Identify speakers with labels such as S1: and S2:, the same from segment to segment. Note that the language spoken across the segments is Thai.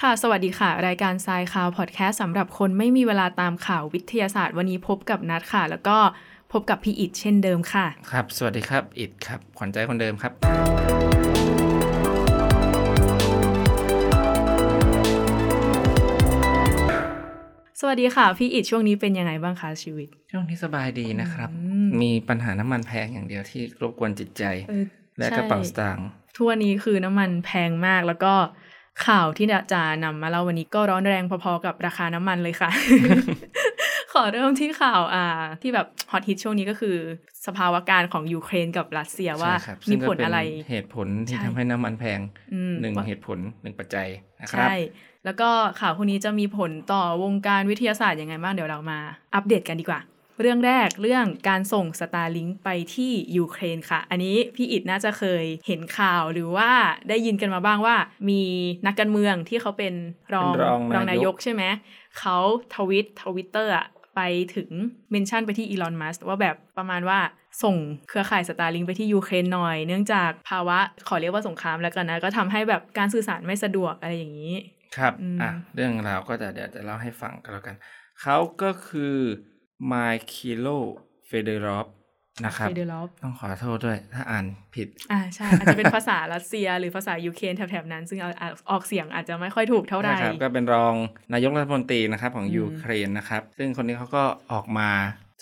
S1: ค่ะ สวัสดีค่ะ รายการทรายข่าวพอดแคสต์สำหรับคนไม่มีเวลาตามข่าววิทยาศาสตร์ วันนี้พบกับนัดค่ะ แล้วก็พบกับพี่อิดเช่นเดิมค่ะ
S2: ครับ สวัสดีครับ อิดครับ ขวัญใจคนเดิมครับ
S1: สวัสดีค่ะพี่อิดช่วงนี้เป็นยังไงบ้างคะชีวิต
S2: ช่วงนี้สบายดีนะครับ
S1: อืม
S2: มีปัญหาน้ำมันแพงอย่างเดียวที่รบกวนจิตใจ
S1: เออ
S2: และ
S1: ใช่
S2: กระเป๋าสตางค์
S1: ทุกวันนี้คือน้ำมันแพงมากแล้วก็ข่าวที่จะนำมาเล่าวันนี้ก็ร้อนแรงพอๆกับราคาน้ำมันเลยค่ะ ขอเริ่มที่ข่าวอ่าที่แบบฮอตฮิตช่วงนี้ก็คือ สภาวะการของยูเครนกับรัสเซียว่า
S2: ใช่ครับ
S1: มี
S2: ซึ่งก็
S1: ผล
S2: เป็น
S1: อะไร
S2: เหตุผลที่
S1: ใช่
S2: ทำให้น้ำมันแพง
S1: อืม
S2: หนึ่งเหตุผลหนึ่งปัจจัยนะครับ
S1: ใช่ แล้วก็ข่าวพวกนี้จะมีผลต่อวงการวิทยาศาสตร์ยังไงบ้าง เดี๋ยวเรามาอัปเดตกันดีกว่า เรื่องแรกเรื่องการส่ง Starlink ไปที่ยูเครนค่ะ อันนี้พี่อิดน่าจะเคยเห็นข่าวหรือว่าได้ยินกันมาบ้างว่า มีนักการเมืองที่เขาเป็นรอง
S2: เป็นรองนายก
S1: นายกใช่ไหม เขาทวิตทวิตเตอร์อะไปถึงเมนชั่นไปที่อีลอนมัสว่าแบบประมาณว่าส่งเครือข่ายสตาร์ลิงไปที่ยูเครนหน่อย เนื่องจากภาวะขอเรียกว่าสงครามแล้วกันนะ ก็ทำให้แบบการสื่อสารไม่สะดวกอะไรอย่างนี้
S2: ครับ
S1: อืม
S2: อ่ะ เรื่องราวก็จะเดี๋ยวจะเล่าให้ฟังกันแล้วกัน เขาก็คือไมคิโลเฟเดรอฟนะครับ
S1: ไปเดลอป
S2: ต้องขอโทษด้วย ถ้าอ่านผิด
S1: อ่าใช่ อาจจะเป็นภาษารัสเซียหรือภาษายูเครนแถบๆนั้น ซึ่งเอาอ่าออกเสียงอาจจะไม่ค่อยถูกเท่าไหร่
S2: นะครับก็เป็นรองนายกรัฐมนตรีนะครับของ
S1: อืม
S2: ยูเครนนะครับ ซึ่งคนนี้เขาก็ออกมา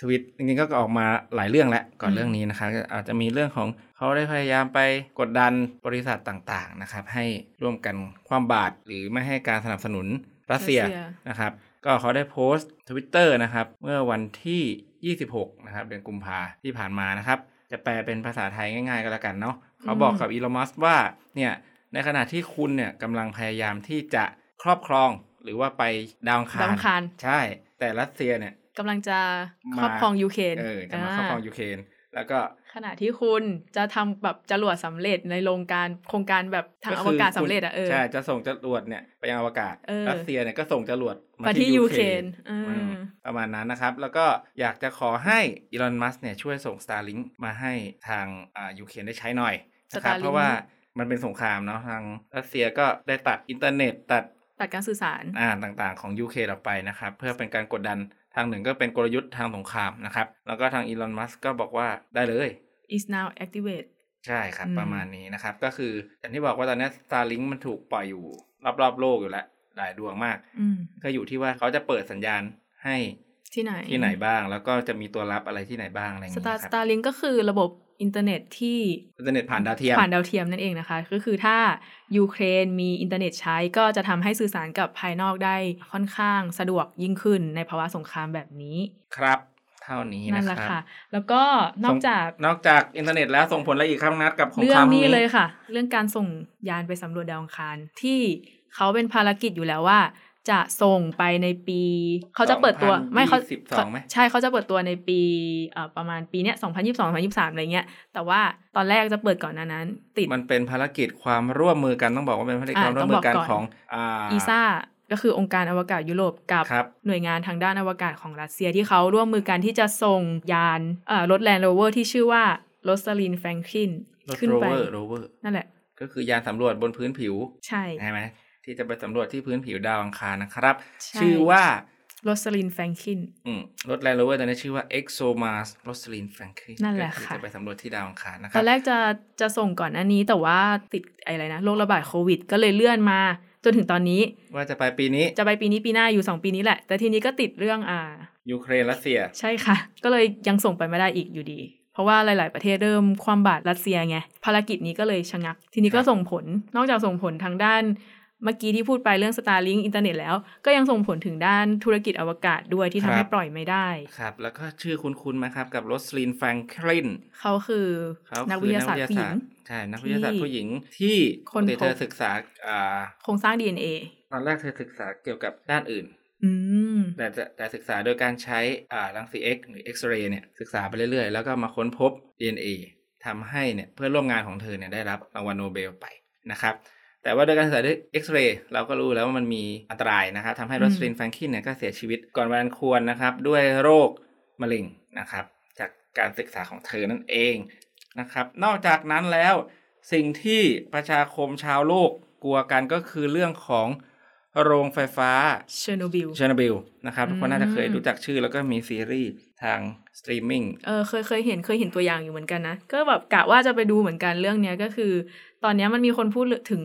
S2: ทวิตจริงๆก็ออกมาหลายเรื่องแล้วก่อน
S1: อืม
S2: เรื่องนี้นะครับก็อาจจะมีเรื่องของเขาได้พยายามไปกดดันบริษัทต่างๆนะครับให้ร่วมกันความบาตรหรือไม่ให้การสนับสนุนรัสเซียนะครับ ก็เขาได้โพสต์ทวิตเตอร์นะครับ เมื่อวันที่ 26 นะครับเดือนกุมภาที่ผ่านมานะครับ จะแปลเป็นภาษาไทยง่ายๆก็แล้วกันเนาะเขาบอกกับอีลอมัสว่าเนี่ย ในขณะที่คุณเนี่ยกำลังพยายามที่จะครอบครองหรือว่าไปดาวอังคาร
S1: ดาวอังคาร
S2: ใช่ แต่รัสเซียเนี่ย
S1: กำลังจะ
S2: มา
S1: ครอบครองยูเครน
S2: เออจะมาครอบครองยูเครนแล้วก็
S1: ขณะที่คุณจะทำแบบจรวดสำเร็จในโรงการโครงการแบบทางอวกาศสำเร็จอะเออ
S2: ใช่จะส่งจรวดเนี่ยไปยังอวกาศ
S1: เออ
S2: รัสเซียเนี่ยก็ส่งจรวด
S1: มา
S2: มา
S1: ที่
S2: ที่
S1: ยู
S2: ยู
S1: เค
S2: เค
S1: ร
S2: ร
S1: น
S2: น
S1: เออ
S2: อื
S1: อ
S2: มประมาณนั้นนะครับ แล้วก็อยากจะขอให้อีลอนมัสเนี่ยช่วยส่ง Starlink มาให้ทางอ่ายูเครนได้ใช้หน่อยนะครับ
S1: Starlink
S2: เพราะว่ามันเป็นสงครามเนาะทางรัสเซียก็ได้ตัดอินเทอร์เน็ตตัด
S1: ตัดการสื่อสาร
S2: อ่าต่างๆของยูเครนออกไปนะครับ เพื่อเป็นการกดดันทางหนึ่งก็เป็นกลยุทธ์ทางสงครามนะครับ แล้วก็ทางอีลอนมัสก็บอกว่าได้เลย
S1: is now activate
S2: ใช่ครับ
S1: อืม
S2: ประมาณนี้นะครับ ก็คืออย่างที่บอกว่าตอนนี้ Starlink มันถูกปล่อยอยู่รอบๆโลกอยู่แล้วหลายดวงมาก
S1: อืม
S2: ก็อยู่ที่ว่าเขาจะเปิดสัญญาณให้
S1: ที่ไหน
S2: ที่ไหนบ้างแล้วก็จะมีตัวรับอะไรที่ไหนบ้างอะไรอย่าง
S1: ส
S2: เงี้
S1: ตาย ร์ส
S2: ครับ
S1: ตาร์ลิงก็คือระบบอินเทอร์เน็ตที่
S2: อินเทอร์เน็ตผ่านดาวเทียม
S1: ผ่านดาวเทียมนั่นเองนะคะ ก็คือถ้ายูเครนมีอินเทอร์เน็ตใช้ก็จะทำให้สื่อสารกับภายนอกได้ค่อนข้างสะดวกยิ่งขึ้นในภาวะสงครามแบบนี้
S2: ครับ เท่านี้
S1: นั่น
S2: นะ
S1: แหละ
S2: ครั
S1: ค่ะ
S2: บ
S1: แล้วก็นอกจาก
S2: นอกจากอินเทอร์เน็ตแล้วส่งผลอะไรอีกครับนัดกับสง
S1: เรื่
S2: ค
S1: อ
S2: ราง ม
S1: นี้เลยค่ะ เรื่องการส่งยานไปสำรวจดาวอังคาร ที่เขาเป็นภารกิจอยู่แล้วว่า จะส่งไปในปี เขาจะเปิดตัวไม่เขา
S2: สิบสองไหม
S1: ใช่เขาจะเปิดตัวในปีเอ่อประมาณปีเนี้ยสองพันยี่สิบสองพันยี่สิบสามอะไรเงี้ย แต่ว่าตอนแรกจะเปิดก่อนหนานั้น ติด
S2: มันเป็นภารกิจความร่วมมือกันต้องบอกว่าเป็นภารกิจ
S1: อ่า
S2: ความร่วมมือกัน
S1: ต้องบอกก่อน
S2: ของอ่า
S1: อีซ่าก็คือองค์การอวกาศยุโรปกับ
S2: ครับ
S1: หน่วยงานทางด้านอวกาศของรัสเซียที่เขาร่วมมือกันที่จะส่งยานเอ่อรถแลนด์โรเวอร์ที่ชื่อว่าโรส a ลินแฟรงคลินขึ้น
S2: โร
S1: ไป
S2: เวอร์โรเวอร์
S1: นั่นแหละ
S2: ก็คือยานสำรวจบนพื้นผิว
S1: ใช่
S2: ใช่ไหมที่จะไปสำรวจที่พื้นผิวดาวอังคารนะครับ
S1: ใ
S2: ชื่อว่า
S1: โรส a ลินแฟรงคลิน
S2: อืมรถแลนด์โรเวอร์ตอนนี้ชื่อว่า ExoMars Rosalind Franklin
S1: นั่นแหละ
S2: ก็อ
S1: ค่ะ
S2: จะไปสำรวจที่ดาวอังคารนะค
S1: ต
S2: รั
S1: อบ นแรกจะจะส่งก่อนอันนี้แต่ว่าติดอะไรนะโรคระบาดโควิด ก็เลยเลื่อนมา จนถึงตอนนี้
S2: ว่าจะไปปีนี้
S1: จะไปปีนี้ปีหน้าอยู่ 2 ปีนี้แหละ แต่ทีนี้ก็ติดเรื่องอ่า
S2: ยูเครนรัสเซีย
S1: ใช่ค่ะ ก็เลยยังส่งไปไม่ได้อีกอยู่ดี เพราะว่าหลาย ๆ ประเทศเริ่มความบาดรัสเซียไงภารกิจนี้ก็เลยชะงัก ทีนี้ก็
S2: ครับ
S1: ส่งผลนอกจากส่งผลทางด้านเมื่อกี้ที่พูดไปเรื่อง Starlink อินเทอร์เน็ตแล้ว ก็ยังส่งผลถึงด้านธุรกิจอวกาศด้วยที่ทำให้ปล่อยไม่ได้
S2: ครับ แล้วก็ชื่อคุณคุณไหมครับ กับโรสลินแฟรงคลิน
S1: เขาคือ
S2: เขา
S1: นัก
S2: คือ
S1: วิทยาศาสตร์ผู้หญิง
S2: ใช่ นักวิทยาศาสตร์ผู้หญิงที่
S1: ค้นพบ
S2: ปกติเธอศึกษาอ่า
S1: โครงสร้าง DNA
S2: ตอนแรกเธอศึกษาเกี่ยวกับด้านอื่น
S1: อืม
S2: แต่แต่แต่ศึกษาโดยการใช้อ่ารังสี X หรือเอ็กซเรย์เนี่ยศึกษาไปเรื่อยๆ แล้วก็มาค้นพบ DNA ทำให้เนี่ยเพื่อนร่วมงานของเธอเนี่ยได้รับรางวัลโนเบลไปนะครับ แต่ว่าโดยการศึกษาด้วยเอ็กซเรย์เราก็รู้แล้วว่ามันมีอันตรายนะครับทำให้
S1: อืม
S2: โรสลินแฟรงคินเนี่ยก็เสียชีวิตก่อนวัยอันควรนะครับ ด้วยโรคมะเร็งนะครับ จากการศึกษาของเธอนั่นเองนะครับ นอกจากนั้นแล้วสิ่งที่ประชาคมชาวโลกกลัวกันก็คือเรื่องของ โรงไฟฟ้า
S1: เชอร์โนบิล
S2: เชอร์โนบิลนะครับ
S1: อืม
S2: ทุกคนน่าจะเคยรู้จักชื่อแล้วก็มีซีรีส์ทางสตรีมมิ่ง
S1: เออเคยเคยเห็นเคยเห็นตัวอย่างอยู่เหมือนกันนะ ก็แบบกะว่าจะไปดูเหมือนกันเรื่องเนี้ยก็คือ ตอนเนี้ยมันมีคนพูดถึง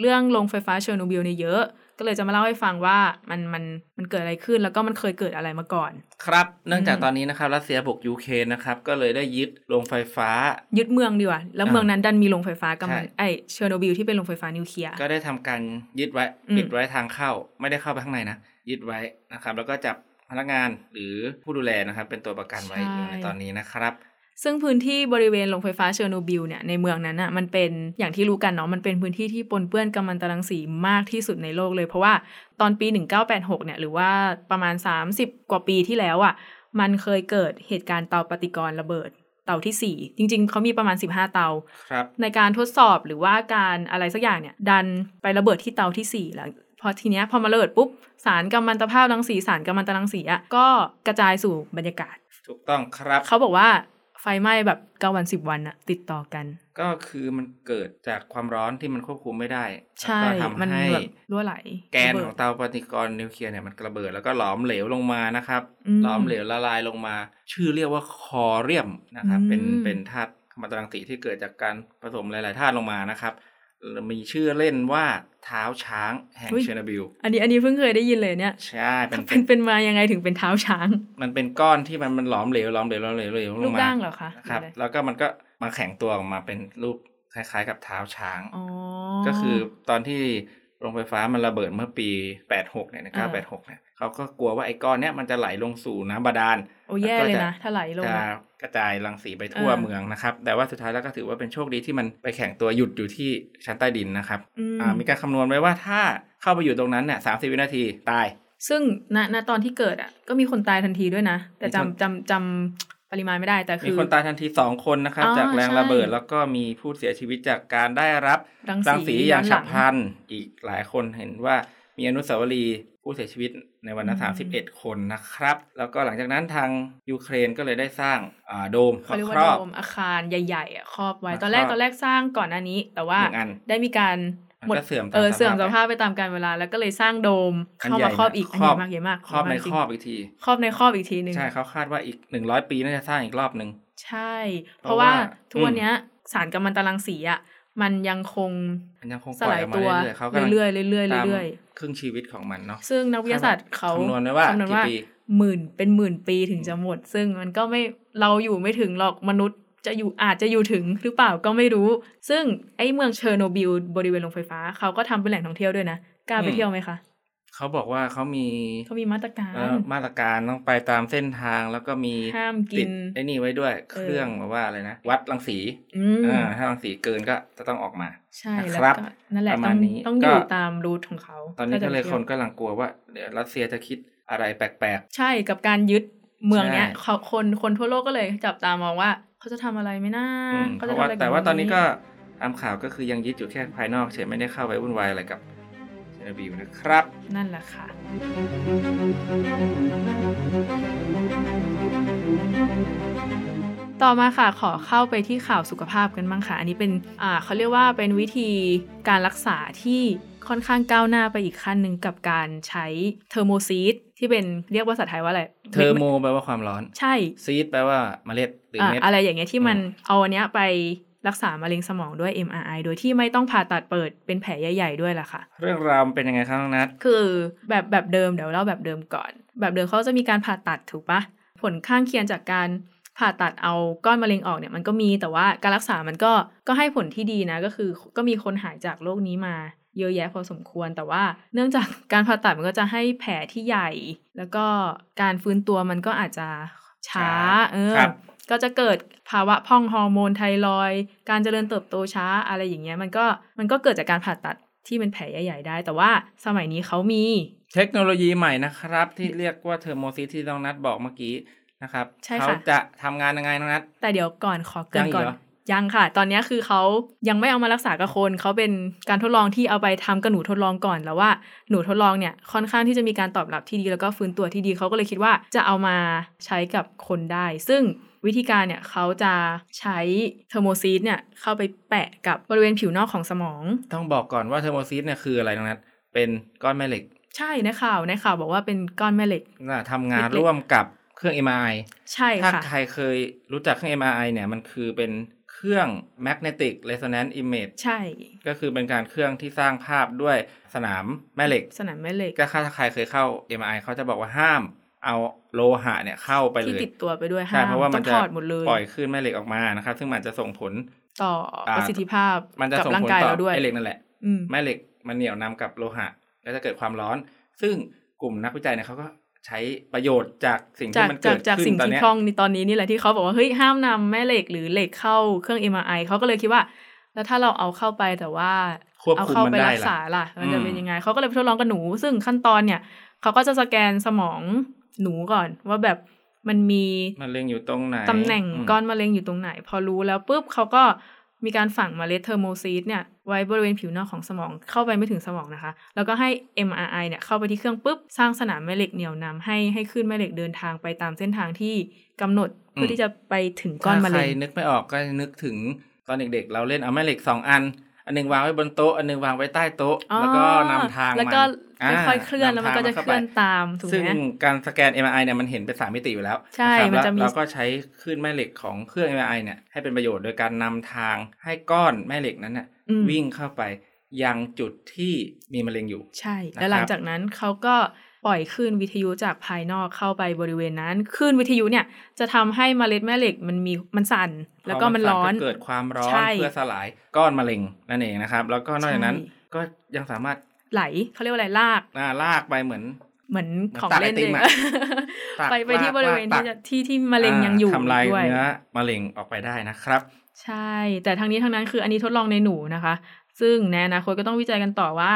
S1: เรื่องโรงไฟฟ้าเชอร์โนบิลเนี่ยเยอะ ก็เลยจะมาเล่าให้ฟังว่ามันมันมันเกิดอะไรขึ้นแล้วก็มันเคยเกิดอะไรมาก่อน
S2: ครับ เนื่องจาก
S1: อืม
S2: ตอนนี้นะครับรัสเซียบุกยูเครนนะครับ ก็เลยได้ยึดโรงไฟฟ้า
S1: ยึดเมืองดีกว่า แล้ว
S2: อ่า
S1: เมืองนั้นดันมีโรงไฟฟ้ากำลัง
S2: ใช่
S1: ไอเชอร์โนบิลที่เป็นโรงไฟฟ้านิวเคลียร์
S2: ก็ได้ทำการยึดไว้
S1: อืม
S2: ปิดไว้ทางเข้า ไม่ได้เข้าไปข้างในนะยึดไว้นะครับ แล้วก็จับพนักงานหรือผู้ดูแลนะครับ เป็นตัวประกันไว้อยู่ในตอนนี้นะครับ
S1: ซึ่งพื้นที่บริเวณโรงไฟฟ้าเชอร์โนบิลเนี่ยในเมืองนั้นอ่ะมันเป็นอย่างที่รู้กันเนาะมันเป็นพื้นที่ที่ปนเปื้อนกัมมันตรังสีมากที่สุดในโลกเลย เพราะว่าตอนปี 1986เนี่ยหรือว่าประมาณ 30 กว่าปีที่แล้วอ่ะมันเคยเกิดเหตุการณ์เตาปฏิกรณ์ระเบิดเตาทีสี่ 4 จริง ๆเขามีประมาณ 15 เตา
S2: ครับ
S1: ในการทดสอบหรือว่าการอะไรสักอย่างเนี่ย ดันไประเบิดที่เตาทีสี่4แล้วพอทีเนี้ยพอมาระเบิดปุ๊บสารกัมมันตภาพรังสีสารกัมมันตรังสีอ่ะก็กระจายสู่บรรยากาศ
S2: ถูกต้องครับ
S1: เขาบอกว่าไฟไหม้แบบเก้าวันสิบวันอะติดต่อกัน
S2: ก็คือมันเกิดจากความร้อนที่มันควบคุมไม่ได้
S1: ใช่
S2: แล้วก็ทำ
S1: มัน
S2: ให้
S1: แบบรั่วไหล
S2: แกน
S1: ระ
S2: ข
S1: เบิ
S2: อง
S1: ด
S2: เตาปฏิกรณ์นิวเคลียร์เนี่ยมันระเบิดแล้วก็หลอมเหลวลงมานะครับ
S1: อืม
S2: หลอมเหลวละลายลงมา ชื่อเรียกว่าคอเรียมนะครับ เป็น
S1: อืม
S2: เป็นธาตุกัมมันตรังสีที่เกิดจากการผสมหลาย ๆ ธาตุลงมานะครับ มีชื่อเล่นว่าเท้าช้างแห่งเชอร์โนบิล
S1: อันนี้อันนี้เพิ่งเคยได้ยินเลยเนี่ย
S2: ใช่เป็น
S1: เป็นเป็นมายังไงถึงเป็นเท้าช้าง
S2: มันเป็นก้อนที่มันมันหลอมเหลวหลอมเหลวหลอมเหลวเหลวล
S1: รู
S2: ง
S1: ป
S2: มา
S1: ร่างเหรอคะ
S2: ครับ
S1: หออะไ
S2: แล้วก็มันก็มาแข็งตัวออกมาเป็นรูปคล้าย ๆ กับเท้าช้าง
S1: อ๋อ
S2: ก็คือตอนที่โรงไฟฟ้ามันระเบิดเมื่อปี 86 เนี่ยนะ
S1: อ่า
S2: 986 เนี่ยเขาก็กลัวว่าไอ้ก้อนเนี้ยมันจะไหลลงสู่น้ำบาดาล
S1: โอ้แย่
S2: แล้วก็
S1: เลย
S2: จะ
S1: นะถ้าไหลลง
S2: จะ
S1: อะ
S2: กระจายรังสีไปทั่ว
S1: อ่า
S2: เมืองนะครับ แต่ว่าสุดท้ายแล้วก็ถือว่าเป็นโชคดีที่มันไปแข่งตัวหยุดอยู่ที่ชั้นใต้ดินนะครับ
S1: อืม
S2: อ่ามีการคำนวณไว้ว่าถ้าเข้าไปอยู่ตรงนั้นเนี่ย30 วินาทีตาย
S1: ซึ่งณณตอนที่เกิดอะก็มีคนตายทันทีด้วยนะ แต่
S2: มี
S1: จำ
S2: คน
S1: จำจำปริมาณไม่ได้แต่
S2: มี
S1: คือ
S2: คนตายทันที 2 คนนะครับ
S1: อ๋อ
S2: จากแรงระเบิด
S1: ใช่
S2: แล้วก็มีผู้เสียชีวิตจากการได้รับ
S1: รั
S2: รังสีอย่างฉับ
S1: น
S2: พ
S1: หลั
S2: ลันอีกหลายคนเห็นว่ามีอนุสาวรีย์ผู้เสียชีวิตในวันนั้น
S1: อืม
S2: 31 คนนะครับ แล้วก็หลังจากนั้นทางยูเครนก็เลยได้สร้างอ่าโดม
S1: เขาเรียก
S2: ค
S1: ว่าร
S2: อบ
S1: โดมอาคารใหญ่ๆอะครอบไว้ตอน
S2: มา
S1: แรก
S2: ครอบ
S1: ตอนแรกสร้างก่อนหน้านี้ แต่ว่า
S2: หนึ่งอัน
S1: ได้มีการหมด
S2: มันก็เสื่อมตาม
S1: เออ
S2: สภาพ
S1: เสื่อมสภาพไปตามกาลเวลา แล้วก็เลยสร้างโดม
S2: อัน
S1: เข้า
S2: ใหญ่
S1: มาครอบ
S2: นะ
S1: อีกอัน
S2: คร
S1: ใหญ่มา
S2: อบ
S1: กใหญ่มาก
S2: ครอบใน
S1: เยะมากจ
S2: ค
S1: ง
S2: รอบอีกที
S1: ครอบในครอบอีกทีหนึ่ง
S2: ใช่เขาคาดว่าอีก 100 ปีน่าจะสร้างอีกรอบหนึ่ง
S1: ใช่ เพ
S2: เพราะ
S1: ราะว่า
S2: ว่า
S1: ทุกวัน
S2: อืม
S1: เนี้ยสารกัมมันตรังสีอ่ะมันยังคง
S2: มันยังคง
S1: ส
S2: ปล่อ
S1: ลาย ย
S2: ออกมา
S1: ตัว
S2: เรื่อยๆเขากำลัง
S1: เรื่อยๆเรื่อย
S2: ตาม
S1: ๆเรื่อย
S2: ครึ่งชีวิตของมันเนาะ
S1: ๆซึ่งนักวิทยาศาสตร์เขา
S2: คำนวณไว้ว่า
S1: คำนวณว่า
S2: กี่ปี
S1: หมื่นเป็นหมื่นปีถึงจะหมด ซึ่งมันก็ไม่เราอยู่ไม่ถึงหรอกมนุษย์จะอยู่อาจจะอยู่ถึงหรือเปล่าก็ไม่รู้ ซึ่งไอ้เมืองเชอร์โนบิลบริเวณโรงไฟฟ้าเขาก็ทำเป็นแหล่งท่องเที่ยวด้วยนะกล้าไปเที่ยวไหมคะ
S2: เขาบอกว่าเขามี
S1: เขามีมาตรการ
S2: เอ่อมาตรการต้องไปตามเส้นทางแล้วก็มี
S1: ห้ามกิน
S2: ติดไอ้นี่ไว้ด้วยเครื่องแบบว่าอะไรนะวัดรังสี
S1: อืม
S2: อ่าถ้ารังสีเกินก็จะต้องออกมา
S1: ใช่
S2: นะ
S1: แล้ว
S2: ครั
S1: ก็
S2: บ
S1: นั่นแหละ
S2: ประ
S1: ต้
S2: มา
S1: อ
S2: ณ
S1: ง
S2: นี้
S1: ต้องอยู่
S2: ก็
S1: ตามรูทของเขา
S2: ตอนนี้ก็เลย
S1: ถ้าจะไปที่ว
S2: คนกำลังกลัวว่าเดี๋ยวรัสเซียจะคิดอะไรแปลก
S1: ใช่กับการยึดเมืองเนี้ย
S2: ใช่
S1: เขาคนคนทั่วโลกก็เลยจับตามองว่า เขาจะทำอะไรไหมนะ
S2: ๆอืม
S1: เขา
S2: เพ
S1: จะทำอะ
S2: ราะว่า
S1: ไรบ
S2: แต่ว่าตอนนี้ก็ตามข่าวก็คือยังยึดอยู่แค่ภายนอกเฉยไม่ได้เข้าไปวุ่นวายอะไรกับเชอร์โนบิลนะครับ
S1: นั่นแหละค่ะ ต่อมาค่ะขอเข้าไปที่ข่าวสุขภาพกันบ้างค่ะ อันนี้เป็นอ่าเขาเรียกว่าเป็นวิธีการรักษาที่ค่อนข้างก้าวหน้าไปอีกขั้นหนึ่งกับการใช้เทอร์โมซีดที่เป็นเรียกว่าภาษาไทยว่าอะไร
S2: เทอร์โมแปลว่าความร้อน
S1: ใช่
S2: ซีดแปลว่าเมล็ดหรือ
S1: อ่า
S2: เม็ด
S1: อะไรอย่างเงี้ยที่มัน
S2: อืม
S1: เอาอันเนี้ยไปรักษามะเร็งสมองด้วย MRI โดยที่ไม่ต้องผ่าตัดเปิดเป็นแผลใหญ่ๆด้วยล่ะค่ะ
S2: เรื่องราวมันเป็นยังไงครับน้องนัท
S1: คือแบบแบบเดิมเดี๋ยวเล่าแบบเดิมก่อน แบบเดิมเขาจะมีการผ่าตัดถูกปะผลข้างเคียงจากการผ่าตัดเอาก้อนมะเร็งออกเนี่ยมันก็มีแต่ว่าการรักษามันก็ก็ให้ผลที่ดีนะก็คือ ก็มีคนหายจากโรคนี้มา เยอะแยะพอสมควรแต่ว่า เนื่องจากการผ่าตัดมันก็จะให้แผลที่ใหญ่ แล้วก็การฟื้นตัวมันก็อาจจะช้า
S2: ช้า
S1: เออ
S2: ครับ
S1: ก็จะเกิดภาวะพร่องฮอร์โมนไทรอยด์การเจริญเติบโตช้าอะไรอย่างเงี้ยมันก็มันก็เกิดจากการผ่าตัดที่เป็นแผลใหญ่ๆได้ แต่ว่าสมัยนี้เขามี
S2: เทคโนโลยีใหม่นะครับ ที่เรียกว่าเทอร์โมซีดที่น้องนัทบอกเมื่อกี้นะครับ
S1: ใช่ค่ะ
S2: เขาจะทำงานยังไงน้องนัท
S1: แต่เดี๋ยวก่อนขอเกรินก่อน
S2: ยังอีกเหรอ
S1: ยังค่ะ ตอนเนี้ยคือเขายังไม่เอามารักษากับคนเขาเป็นการทดลองที่เอาไปทำกับหนูทดลองก่อนแล้วว่าหนูทดลองเนี่ยค่อนข้างที่จะมีการตอบรับที่ดีแล้วก็ฟื้นตัวที่ดีเขาก็เลยคิดว่าจะเอามาใช้กับคนได้ ซึ่งวิธีการเนี่ยเขาจะใช้เทอร์โมซีดเนี่ยเข้าไปแปะกับบริเวณผิวนอกของสมอง
S2: ต้องบอกก่อนว่าเทอร์โมซีดเนี่ยคืออะไรน้องนัท เป็นก้อนแม่เหล็ก
S1: ใช่ในข่าวในข่าวบอกว่าเป็นก้อนแม่เหล็ก
S2: นะทำงาน
S1: เหล็กๆ
S2: ร่วมกับเครื่อง MRI
S1: ใช่
S2: ถ้า
S1: ค่ะ
S2: ใครเคยรู้จักเครื่อง MRI เนี่ยมันคือเป็นเครื่อง magnetic resonance image
S1: ใช่
S2: ก็คือเป็นการเครื่องที่สร้างภาพด้วยสนามแม่เหล็ก
S1: สนามแม่เหล็ก
S2: ก็ถ้าใครเคยเข้า MRI เขาจะบอกว่าห้ามเอาโลหะเนี่ยเข้าไปเล
S1: ที่
S2: ย
S1: ติดตัวไปด้วยห้า
S2: ใช่เพราะว่ามัน
S1: ต้อง
S2: จะ
S1: ถอดหมดเลย
S2: ปล่อยคลื่นแม่เหล็กออกมานะครับ ซึ่งมันจะส่งผล
S1: ต่อ
S2: อ่า
S1: ประสิทธิภาพ
S2: มันจะ
S1: กับ
S2: ส่ง
S1: ร่าง
S2: ผล
S1: กาย
S2: ต่อ
S1: เราด้วย
S2: แม่เหล็กนั่นแหละ
S1: อืม
S2: แม่เหล็กมันเหนี่ยวนำกับโลหะก็จะเกิดความร้อน ซึ่งกลุ่มนักวิจัยเนี่ยเขาก็ใช้ประโยชน์จากสิ่ง
S1: จา
S2: ที่
S1: ก
S2: มัน
S1: จา
S2: เกิ
S1: ก
S2: ด
S1: จาก
S2: ขึ้
S1: สิ่ง
S2: นตอน
S1: ที่
S2: เนี้ย
S1: คล่องในตอนนี้นี่แหละที่เขาบอกว่าเฮ้ยห้ามนำแม่เหล็กหรือเหล็กเข้าเครื่อง MRI เขาก็เลยคิดว่า แล้วถ้าเราเอาเข้าไปแต่ว่า
S2: ควบ
S1: เอา
S2: คุม
S1: เข้า
S2: มัน
S1: ไป
S2: ได้
S1: รัก
S2: ล่ะ
S1: ษาล่ะมันจะเป็น
S2: อืม
S1: ยังไงเขาก็เลยไปทดลองกับหนู ซึ่งขั้นตอนเนี่ยเขาก็จะสแกนสมองหนูก่อน ว่าแบบมันมี
S2: มันเล็งอยู่ตรงไหน
S1: ตำแหน่ง
S2: ม
S1: ก้อนมะเร็งอยู่ตรงไหน พอรู้แล้วปุ๊บเขาก็มีการฝังเมล็ดเทอร์โมซีดเนี่ยไว้บริเวณผิวนอกของสมองเข้าไปไม่ถึงสมองนะคะ แล้วก็ให้ MRI เนี่ยเข้าไปที่เครื่องปุ๊บสร้างสนามแม่เหล็กเหนี่ยวนำให้ให้ขึ้นแม่เหล็กเดินทางไปตามเส้นทางที่กำหนดเพื่อ
S2: ม
S1: ที่จะไปถึงก้อนมะเร็
S2: ถ้าง ใครนึกไม่ออกก็นึกถึงตอนเด็กๆ เราเล่นเอาแม่เหล็กสองอัน อันหนึงวางไว้บนโต๊ะ อันหนึงวางไว้ใต้โต๊ะ
S1: อ๋อ
S2: แล้วก็นำทางมัน
S1: แล้วก็
S2: า
S1: ค่อยๆเคลื่อนแล้วมันก็จะ
S2: ำทาง
S1: เคลื่อนตามถูกไหม
S2: ซึ่งการสแกน MRI เนี่ยมันเห็นเป็นสามมิติอยู่แล้ว
S1: ใช่
S2: ครับ
S1: มันจะมี
S2: แล้วเราก็ใช้คลื่นแม่เหล็กของเครื่อง MRI เนี่ยให้เป็นประโยชน์โดยการนำทางให้ก้อนแม่เหล็กนั้นน่ะ
S1: อืม
S2: วิ่งเข้าไปยังจุดที่มีมะเร็งอยู่
S1: ใช่
S2: นะครับ
S1: แล้วหลังจากนั้นเขาก็ปล่อยคลื่นวิทยุจากภายนอกเข้าไปบริเวณนั้นคลื่นวิทยุเนี่ยจะทำให้เมล็ดแม่เหล็กมันมีมันสั่น แล้วก็มันร้อน
S2: พมัสั่ก็เกิดความร้อน
S1: ใช่
S2: เพื่อสลายก้อนมะเร็งนั่นเองนะครับ แล้วก็นอกจากนั้น
S1: ใช่
S2: ก็ยังสามารถ
S1: ไหลเขาเรียกว่าอะไรลาก
S2: อ่าลากไปเหมือน
S1: เหมือนของ
S2: ตัด
S1: เล่น
S2: ไอติ
S1: เอ
S2: ม
S1: ง
S2: อะ
S1: อะ
S2: ตัด
S1: ไปไปที่
S2: ลาก
S1: บริเวณ
S2: ลาก
S1: ที่
S2: ตั
S1: จะ
S2: ด
S1: ที่ที่มะเร็งยังอยู่
S2: ทำลาย
S1: ด้วย
S2: เนื้อมะเร็งออกไปได้นะครับ
S1: ใช่ แต่ทั้งนี้ทั้งนั้นคืออันนี้ทดลองในหนูนะคะ ซึ่งในอนาคตก็ต้องวิจัยกันต่อว่า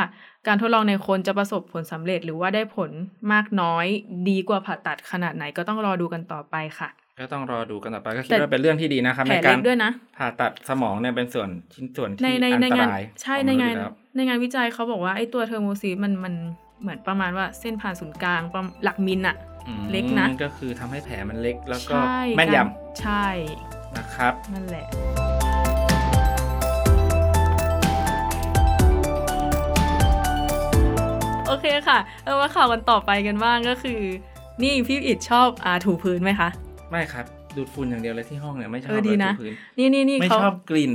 S1: การทดลองในคนจะประสบผลสำเร็จหรือว่าได้ผลมากน้อย ดีกว่าผ่าตัดขนาดไหนก็ต้องรอดูกันต่อไปค่ะ
S2: ก็ต้องรอดูกันต่อไปก็คิด
S1: แต่
S2: ว่าเป็นเรื่องที่ดีนะครับ
S1: แผล
S2: ในกา
S1: เล็
S2: ร
S1: กด้วยนะ
S2: ผ่าตัดสมองเนี่ยเป็นส่วนชิ้นส่วนที่
S1: ในใน
S2: อั
S1: ใน
S2: นต
S1: งาน
S2: ราย
S1: ใช่
S2: ของ
S1: ใน
S2: มษย์
S1: งาน
S2: อยู่แล้ว
S1: ในงานวิจัยเขาบอกว่าไอ้ตัวเทอร์โมซีสมันมันเหมือนประมาณว่าเส้นผ่านศูนย์กลางประมาณหลักมิลอะ
S2: อืม
S1: เล็กนะ
S2: ก็คือทำให้แผลมันเล็กแล้วก็
S1: ใช่
S2: แม่นยำ
S1: การใช่
S2: นะครับ
S1: นั่นแหละ โอเคค่ะเรามาข่าวกันต่อไปกันบ้างก็คือ นี่พี่อิดชอบอาถูพื้นไหมคะ
S2: ไม่ครับ ดูดฝุ่นอย่างเดียวเลยที่ห้องเนี่ยไม่ชอบ
S1: เออดี
S2: เลย
S1: นะ
S2: ถูพื้น
S1: นี่นี่นี่
S2: ไม่
S1: เขา
S2: ชอบกลิ่น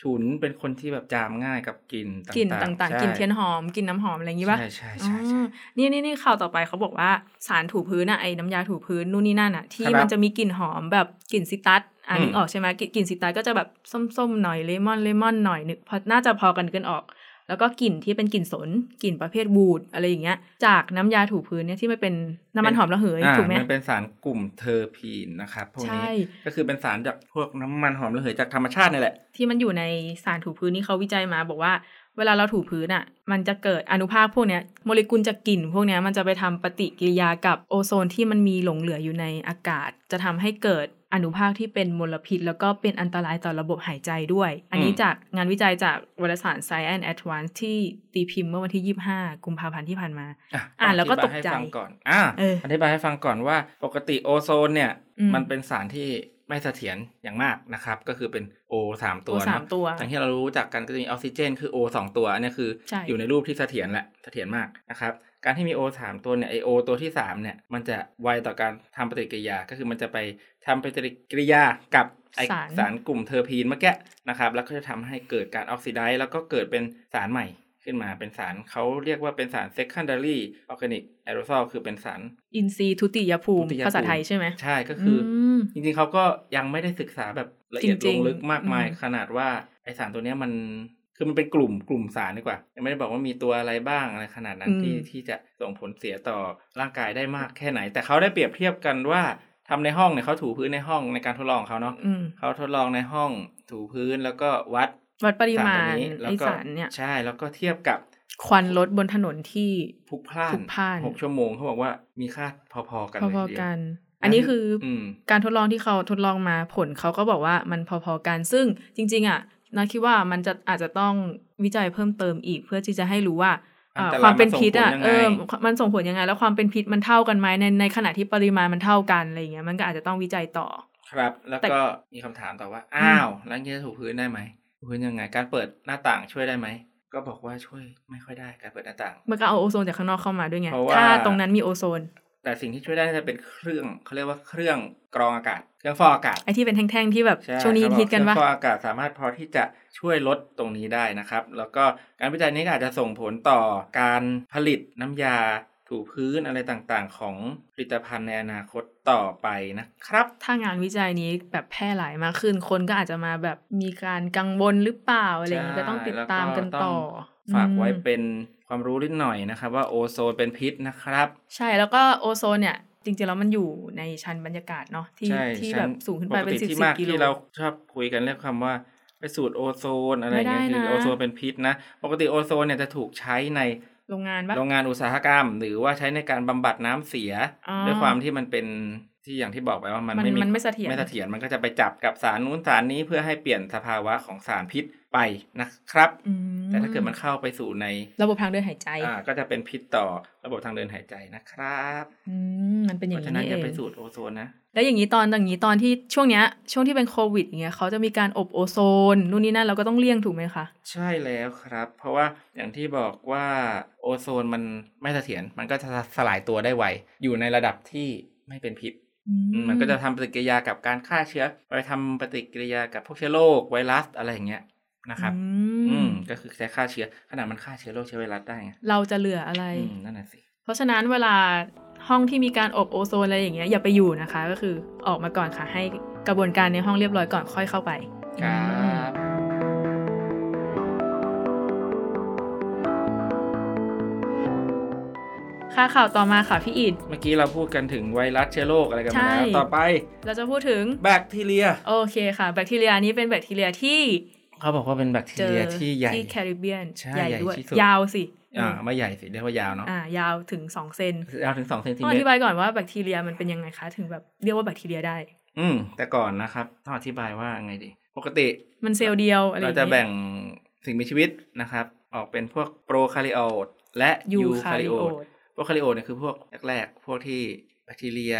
S2: ฉุนเป็นคนที่แบบจามง่ายกับกลิ่นต่าง
S1: ก
S2: ๆ
S1: ลิ่นต่างๆ
S2: ใช่
S1: กลิ่นเทียนหอมกลิ่นน้ำหอมอะไรอย่างงี้ป่ะ
S2: ใช่ใช่ใช่
S1: อ๋
S2: ใช่
S1: อนี่นี่นี่ข่าวต่อไปเขาบอกว่าสารถูพื้นอะไอ้น้ำยาถูพื้นนู่นนี่นั่นอะที่
S2: ครับ
S1: มันจะมีกลิ่นหอมแบบกลิ่นซิตรัสอ่ะ
S2: อืม
S1: นึกออกใช่ไหมกลิ่นกลิ่นซิตรัสก็จะแบบส้มๆหน่อยเลมอนเลมอนหน่อยนึกพอน่าจะพอกันกันออก แล้วก็กลิ่นที่เป็นกลิ่นสนกลิ่นประเภทบูดอะไรอย่างเงี้ย จากน้ำยาถูพื้นเนี่ยที่มันเป็นน้ำมันหอมระเหย
S2: อ่า
S1: ถูกไหม
S2: มันเป็นสารกลุ่มเทอร์พีนนะครับพวกนี้
S1: ใช่
S2: ก็คือเป็นสารจากพวกน้ำมันหอมระเหยจากธรรมชาตินี่แหละ
S1: ที่มันอยู่ในสารถูพื้นนี่เขาวิจัยมา บอกว่า เวลาเราถูพื้นอ่ะ มันจะเกิดอนุภาคพวกเนี้ยโมเลกุลจากกลิ่นพวกเนี้ยมันจะไปทำปฏิกิริยากับโอโซนที่มันมีหลงเหลืออยู่ในอากาศ จะทำให้เกิดอนุภาคที่เป็นมลพิษ แล้วก็เป็นอันตรายต่อระบบหายใจด้วย อันนี้
S2: อืม
S1: จากงานวิจัยจากวารสาร Science Advance ที่ตีพิมพ์เมื่อวันที่ 25 กุมภาพันธ์ที่ผ่านมา
S2: อ่ะ
S1: อ่านแล้วก็
S2: ธิบย
S1: ตกใจ
S2: ให้ฟังก่อนอ่า
S1: เอออ
S2: อธิบายให้ฟังก่อนว่าปกติโอโซนเนี่ย
S1: อืม
S2: มันเป็นสารที่ไม่เสถียรอย่างมากนะครับ ก็คือเป็น O สามตัว
S1: โอสาม
S2: เนาะ
S1: ตัว
S2: อย่างที่เรารู้จักกันก็จะมีออกซิเจน คือ O สองตัวอันนี้คือ
S1: ใช่
S2: อยู่ในรูปที่เสถียรแหละเสถียรมากนะครับ การที่มี O สามตัวเนี่ยไอโอตัวที่สามเนี่ยมันจะไวต่อการทำปฏิกิริยาก็คือมันจะไปทำปฏิกิริยากับไอ
S1: สาร
S2: สารกลุ่มเทอร์พีนเมื่อกี้นะครับแล้วก็จะทำให้เกิดการออกซิไดซ์แล้วก็เกิดเป็นสารใหม่ขึ้นมาเป็นสารเขาเรียกว่าเป็นสาร secondary organic aerosol คือเป็นสาร
S1: อินทรีย์ทุติยภูมิ
S2: ทุติยภูมิ
S1: ภาษาไทยใช่ไหม
S2: ใช่ก็คืออ
S1: ม
S2: จริงๆเขาก็ยังไม่ได้ศึกษาแบบละเอียด
S1: จ
S2: ล
S1: ริ
S2: ง
S1: งๆ
S2: ลึกมากมาย
S1: อืม
S2: ขนาดว่าไอสารตัวเนี้ยมันคือมันเป็นกลุ่มกลุ่มสารดีกว่า ยังไม่ได้บอกว่ามีตัวอะไรบ้างอะไรขนาดนั้นที่ที่จะส่งผลเสียต่อร่างกายได้มากแค่ไหน แต่เขาได้เปรียบเทียบกันว่าทำในห้องเนี่ยเขาถูพื้นในห้องในการทดลองของเขาเนาะ
S1: อืม
S2: เขาทดลองในห้องถูพื้นแล้วก็วัด
S1: วัดปริ
S2: สาร
S1: มา
S2: ตัว
S1: ณ
S2: นี้แล้ว
S1: ไอ
S2: ก็
S1: สารเนี่ย
S2: ใช่แล้วก็เทียบกับ
S1: ควันรถบนถนนที่
S2: พลุกพล่า
S1: พลุ
S2: น
S1: กพล่าน
S2: หกชั่วโมงเขาบอกว่ามีค่าพอๆกั
S1: พ
S2: นเลย
S1: อ
S2: ทีเดี
S1: ๆ
S2: ยว
S1: กัน อันนี้คืออ
S2: อืม
S1: การทดลองที่เขาทดลองมาผลเขาก็บอกว่ามันพอๆกัน ซึ่งจริง ๆ อ่ะนาคิดว่ามันจะอาจจะต้องวิจัยเพิ่มเติมอีกเพื่อที่จะให้รู้ว่าเอ่อ
S2: อันตราย
S1: ความเป็นพิษอ่ะ
S2: มันส่งผล
S1: เออมันส่งผลยั
S2: ยังไง
S1: งไง แล้วความเป็นพิษมันเท่ากันไหมในในขณะที่ปริมาณมันเท่ากันอะไรอย่างเงี้ยมันก็อาจจะต้องวิจัยต่อ
S2: ครับแล้ว
S1: แต่
S2: ก็มีคำถามต่อว่า อ้าว แล้วอย่างนี้จะถูพื้นได้ไหมถูพื้นยังไง การเปิดหน้าต่างช่วยได้ไหม ก็บอกว่าช่วยไม่ค่อยได้การเปิดหน้าต่าง
S1: มันก็เอาโอโซนจากข้างนอกเข้ามาด้วยไง
S2: เพราะว่า
S1: ถ้าตรงนั้นมีโอโซน
S2: แต่สิ่งที่ช่วยได้น่าจะเป็นเครื่องเขาเรียกว่าเครื่องกรองอากาศ เครื่องฟอกอากาศ
S1: ไอ้ที่เป็นแท่งๆที่แบบ
S2: ใช่
S1: ช่วงนี้
S2: ครับ
S1: ฮิตกัน
S2: เครื่
S1: ว่า
S2: องฟอกอากาศสามารถพอที่จะช่วยลดตรงนี้ได้นะครับ แล้วก็การวิจัยนี้ก็อาจจะส่งผลต่อการผลิตน้ำยาถูพื้นอะไรต่างๆ ของผลิตภัณฑ์ในอนาคตต่อไปนะครับ
S1: ถ้างานวิจัยนี้แบบแพร่หลายมากขึ้น คนก็อาจจะมาแบบมีการกังวลหรือเปล่าอะไรอย่างนี้ก็ต้องติดตามกันต่อ
S2: ฝากไว้
S1: อืม
S2: เป็นความรู้นิดหน่อยนะครับ ว่าโอโซนเป็นพิษนะครับ
S1: ใช่แล้วก็โอโซนเนี่ย จริงๆแล้วมันอยู่ในชั้นบรรยากาศเนาะที่
S2: ใช่
S1: ที่
S2: ฉั
S1: แบบสูงขึ้นไปเป็น
S2: ติ
S1: สิบ
S2: ที่
S1: สิบ
S2: มาก
S1: กิโล
S2: ที่เราชอบคุยกันเรื่องคำว่า ไปสูตรโอโซนอะไรอย่างเงี้ย
S1: ไม่ได้
S2: คือ
S1: นะ
S2: โอโซนเป็นพิษนะ ปกติโอโซนเนี่ยจะถูกใช้ใน
S1: โรงงานปะ
S2: โรงงานอุตสาหกรรม หรือว่าใช้ในการบำบัดน้ำเสีย
S1: อ๋อ
S2: ด้วยความที่มันเป็นที่อย่างที่บอกไปว่ามัน
S1: มัน
S2: ไม่
S1: มันไม่เสถียร
S2: ไม่เสถียรมันก็จะไปจับกับสารนู้นสารนี้เพื่อให้เปลี่ยนสภาวะของสารพิษไปนะครับ
S1: อื
S2: แต่ถ้าเกิดมันเข้าไปสู่ใน
S1: ระบบทางเดินหายใจ
S2: อ่าก็จะเป็นพิษต่อระบบทางเดินหายใจนะครับ
S1: อืมมันเป็นอ
S2: เพ
S1: ย่าง
S2: ราะฉะ
S1: นี้
S2: นั้น
S1: นี่เอ
S2: อ
S1: ย่าง
S2: ไปสูดโอโซนนะ
S1: แล้วอย่างนี้ตอนอย่างนี้ตอนที่ช่วงเนี้ยช่วงที่เป็นโควิดอย่างเงี้ยเขาจะมีการอบโอโซนนู่นนี่นั่นเราก็ต้องเลี่ยงถูกไหมคะ
S2: ใช่แล้วครับ เพราะว่าอย่างที่บอกว่าโอโซนมันไม่เสถียรมันก็จะสลายตัวได้ไว อยู่ในระดับที่ไม่เป็นพิษอืมมันก็จะทำปฏิกิริยากับการฆ่าเชื้อ ไปทำปฏิกิริยากับพวกเชื้อโรคไวรัสอะไรอย่างเงี้ยนะครับ
S1: อืม
S2: อืมก็คือใช้ฆ่าเชื้อขนาดมันฆ่าเชื้อโรคเชื้อไวรัสได้ไง
S1: เราจะเหลืออะไร
S2: อืมนั่นน่ะสิ
S1: เพราะฉะนั้นเวลาห้องที่มีการอบโอโซนอะไรอย่างเงี้ยอย่าไปอยู่นะคะ ก็คือออกมาก่อนค่ะ ให้กระบวนการในห้องเรียบร้อยก่อนค่อยเข้าไป
S2: ครับ
S1: ค่ะข่าวต่อมาค่ะพี่อิด
S2: เมื่อกี้เราพูดกันถึงไวรัสเชื้อโรคอะไรกันมาแล้ว
S1: ใช่
S2: ต่อไป
S1: เราจะพูดถึง
S2: แบคทีเรีย
S1: โอเคค่ะ แบคทีเรียนี้เป็นแบคทีเรียที่
S2: เขาบอกว่าเป็นแบคที
S1: เจอ
S2: เรียที่ใหญ่
S1: แคริบเบียน
S2: ใช่
S1: ใหญ่
S2: ใหญ่
S1: ด้วย
S2: ที่สุด
S1: ยาวสิ
S2: อ่าไม่ใหญ่สิเรียกว่ายาวเนาะ
S1: อ่ายาวถึง 2 เซน
S2: ยาวถึงสองเซนติ
S1: ต้อง
S2: เม
S1: อ
S2: ต
S1: ธิ
S2: ร
S1: บายก่อนว่าแบคทีเรียมันเป็นยังไงคะ ถึงแบบเรียกว่าแบคทีเรียได้
S2: อืม แต่ก่อนนะครับต้องอธิบายว่าไงดี ปกติ
S1: มันเซลล์เดียวอะไรอ
S2: เรา
S1: ย่าง
S2: จะ
S1: เงี้ย
S2: แบ่งสิ่งมีชีวิตนะครับ ออกเป็นพวกโปรคาริโอตและยูคาริโอต
S1: eukaryote
S2: โปรคาริโอตเนี่ยคือพวกแรกๆ พวกที่แบคทีเรีย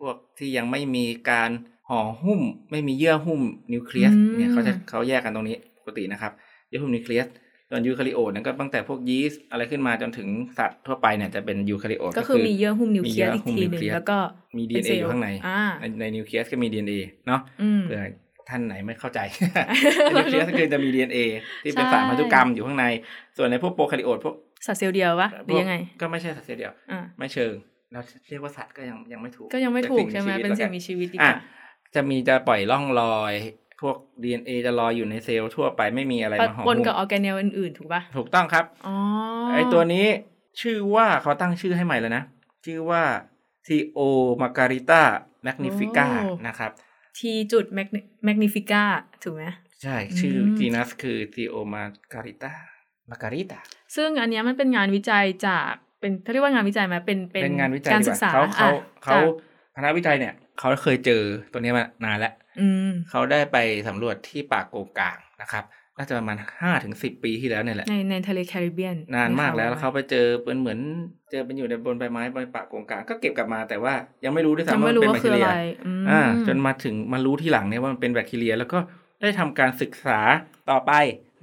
S2: พวกที่ยังไม่มีการห่อหุ้ม ไม่มีเยื่อหุ้มนิวเคลียส
S1: อืม
S2: เนี่ยเขาจะเขาแยกกันตรงนี้ปกตินะครับเยื่อหุ้มนิวเคลียสส่วนยูคาริโอตเนี่ยก็ตั้งแต่พวกยีสต์อะไรขึ้นมาจนถึงสัตว์ทั่วไปเนี่ยจะเป็นยูคาริโอต
S1: ก็คือมีเยื่อหุ้มนิวเคลียส
S2: มี
S1: อีกทีห
S2: เยื่อหุ้ม
S1: นึ่ง
S2: นิวเคลียส
S1: แล้วก็
S2: มี
S1: ป็
S2: DNA
S1: ซลล์
S2: อยู่ข้างใน
S1: อ่า
S2: ในในนิวเคลียสก็มี DNA เนาะ
S1: อืม
S2: เผื่อท่านไหนไม่เข้าใจ ในนิวเคลียสก็คือจะมี DNA ที่เป็น
S1: ใช่
S2: สารพันธุกรรมอยู่ข้างใน ส่วนในพวกโปรคาริโอตพวก
S1: สัตว์เซลล์เดียววะห
S2: พ
S1: รื
S2: วก
S1: อยังไง
S2: ก็ไม่ใช่สัตว์เสียเดียว
S1: อ่า
S2: ไม่เชิงเราเรียกว่าสัตว์ก็ยังยังไม่ถูก
S1: ก็ยังไม่ถูกใช่ไหม
S2: แต่
S1: เป็นสิ่ง
S2: ชีวิต
S1: มีชีวิตดี
S2: แล้
S1: ก
S2: วอ่ะ
S1: ว่า
S2: จะมีจะปล่อยร่องรอย พวก DNA จะลอยอยู่ในเซลล์ทั่วไปไม่มีอะไร
S1: ปะ
S2: มาห่อ
S1: ป
S2: หุ้
S1: น
S2: ม
S1: กับออร์แกเนลอื่นๆ ถูกป่ะ
S2: ถูกต้องครับ
S1: อ๋อ
S2: ไอตัวนี้ชื่อว่าเขาตั้งชื่อให้ใหม่แล้วนะ ชื่อว่า t o m a r g a r i t a magnifica นะครับ
S1: ทีจุดแมกนิฟิก้าถูกไหม
S2: ใช่ ชื่ออ
S1: ม
S2: จีนัสคือ t o m a r g a r i t a m a r g a r i t a
S1: ซึ่งอันเนี้ยมันเป็นงานวิจัยจากเป็นเขาเรียกว่างานวิจัยไหมเป็น
S2: เป็นงานวิจัย
S1: การ
S2: ดี
S1: ศึ
S2: ว่
S1: กษา
S2: เขาเขา
S1: อ่ะจ
S2: เขา
S1: ก
S2: คณะวิจัยเนี่ย เขาเคยเจอตัวเนี้ยมานานแล้ว
S1: อืม
S2: เขาได้ไปสำรวจที่ป่าโกงกางนะครับ น่าจะประมาณห้าถึงสิบปีที่แล้วเนี่ยแหละ
S1: ในในทะเลแคริบเบียน
S2: นานมากแล้ว
S1: ใน
S2: แล้วเขาไปเจอเป็นเหมือน เจอเป็นอยู่ในบนใบไม้บนป่าโกงกางก็เก็บกลับมาแต่ว่ายังไม่รู้ด้วย
S1: ยัง
S2: ซ้ำว่า
S1: ไม่
S2: มัน
S1: รู้
S2: เป็น
S1: ว่า
S2: แบค
S1: คื
S2: ที
S1: อ
S2: เรี
S1: อะ
S2: ย
S1: ไรอืม
S2: อ่าจนมาถึงมารู้ที่หลังเนี่ยว่ามันเป็นแบคทีเรีย แล้วก็ได้ทำการศึกษาต่อไป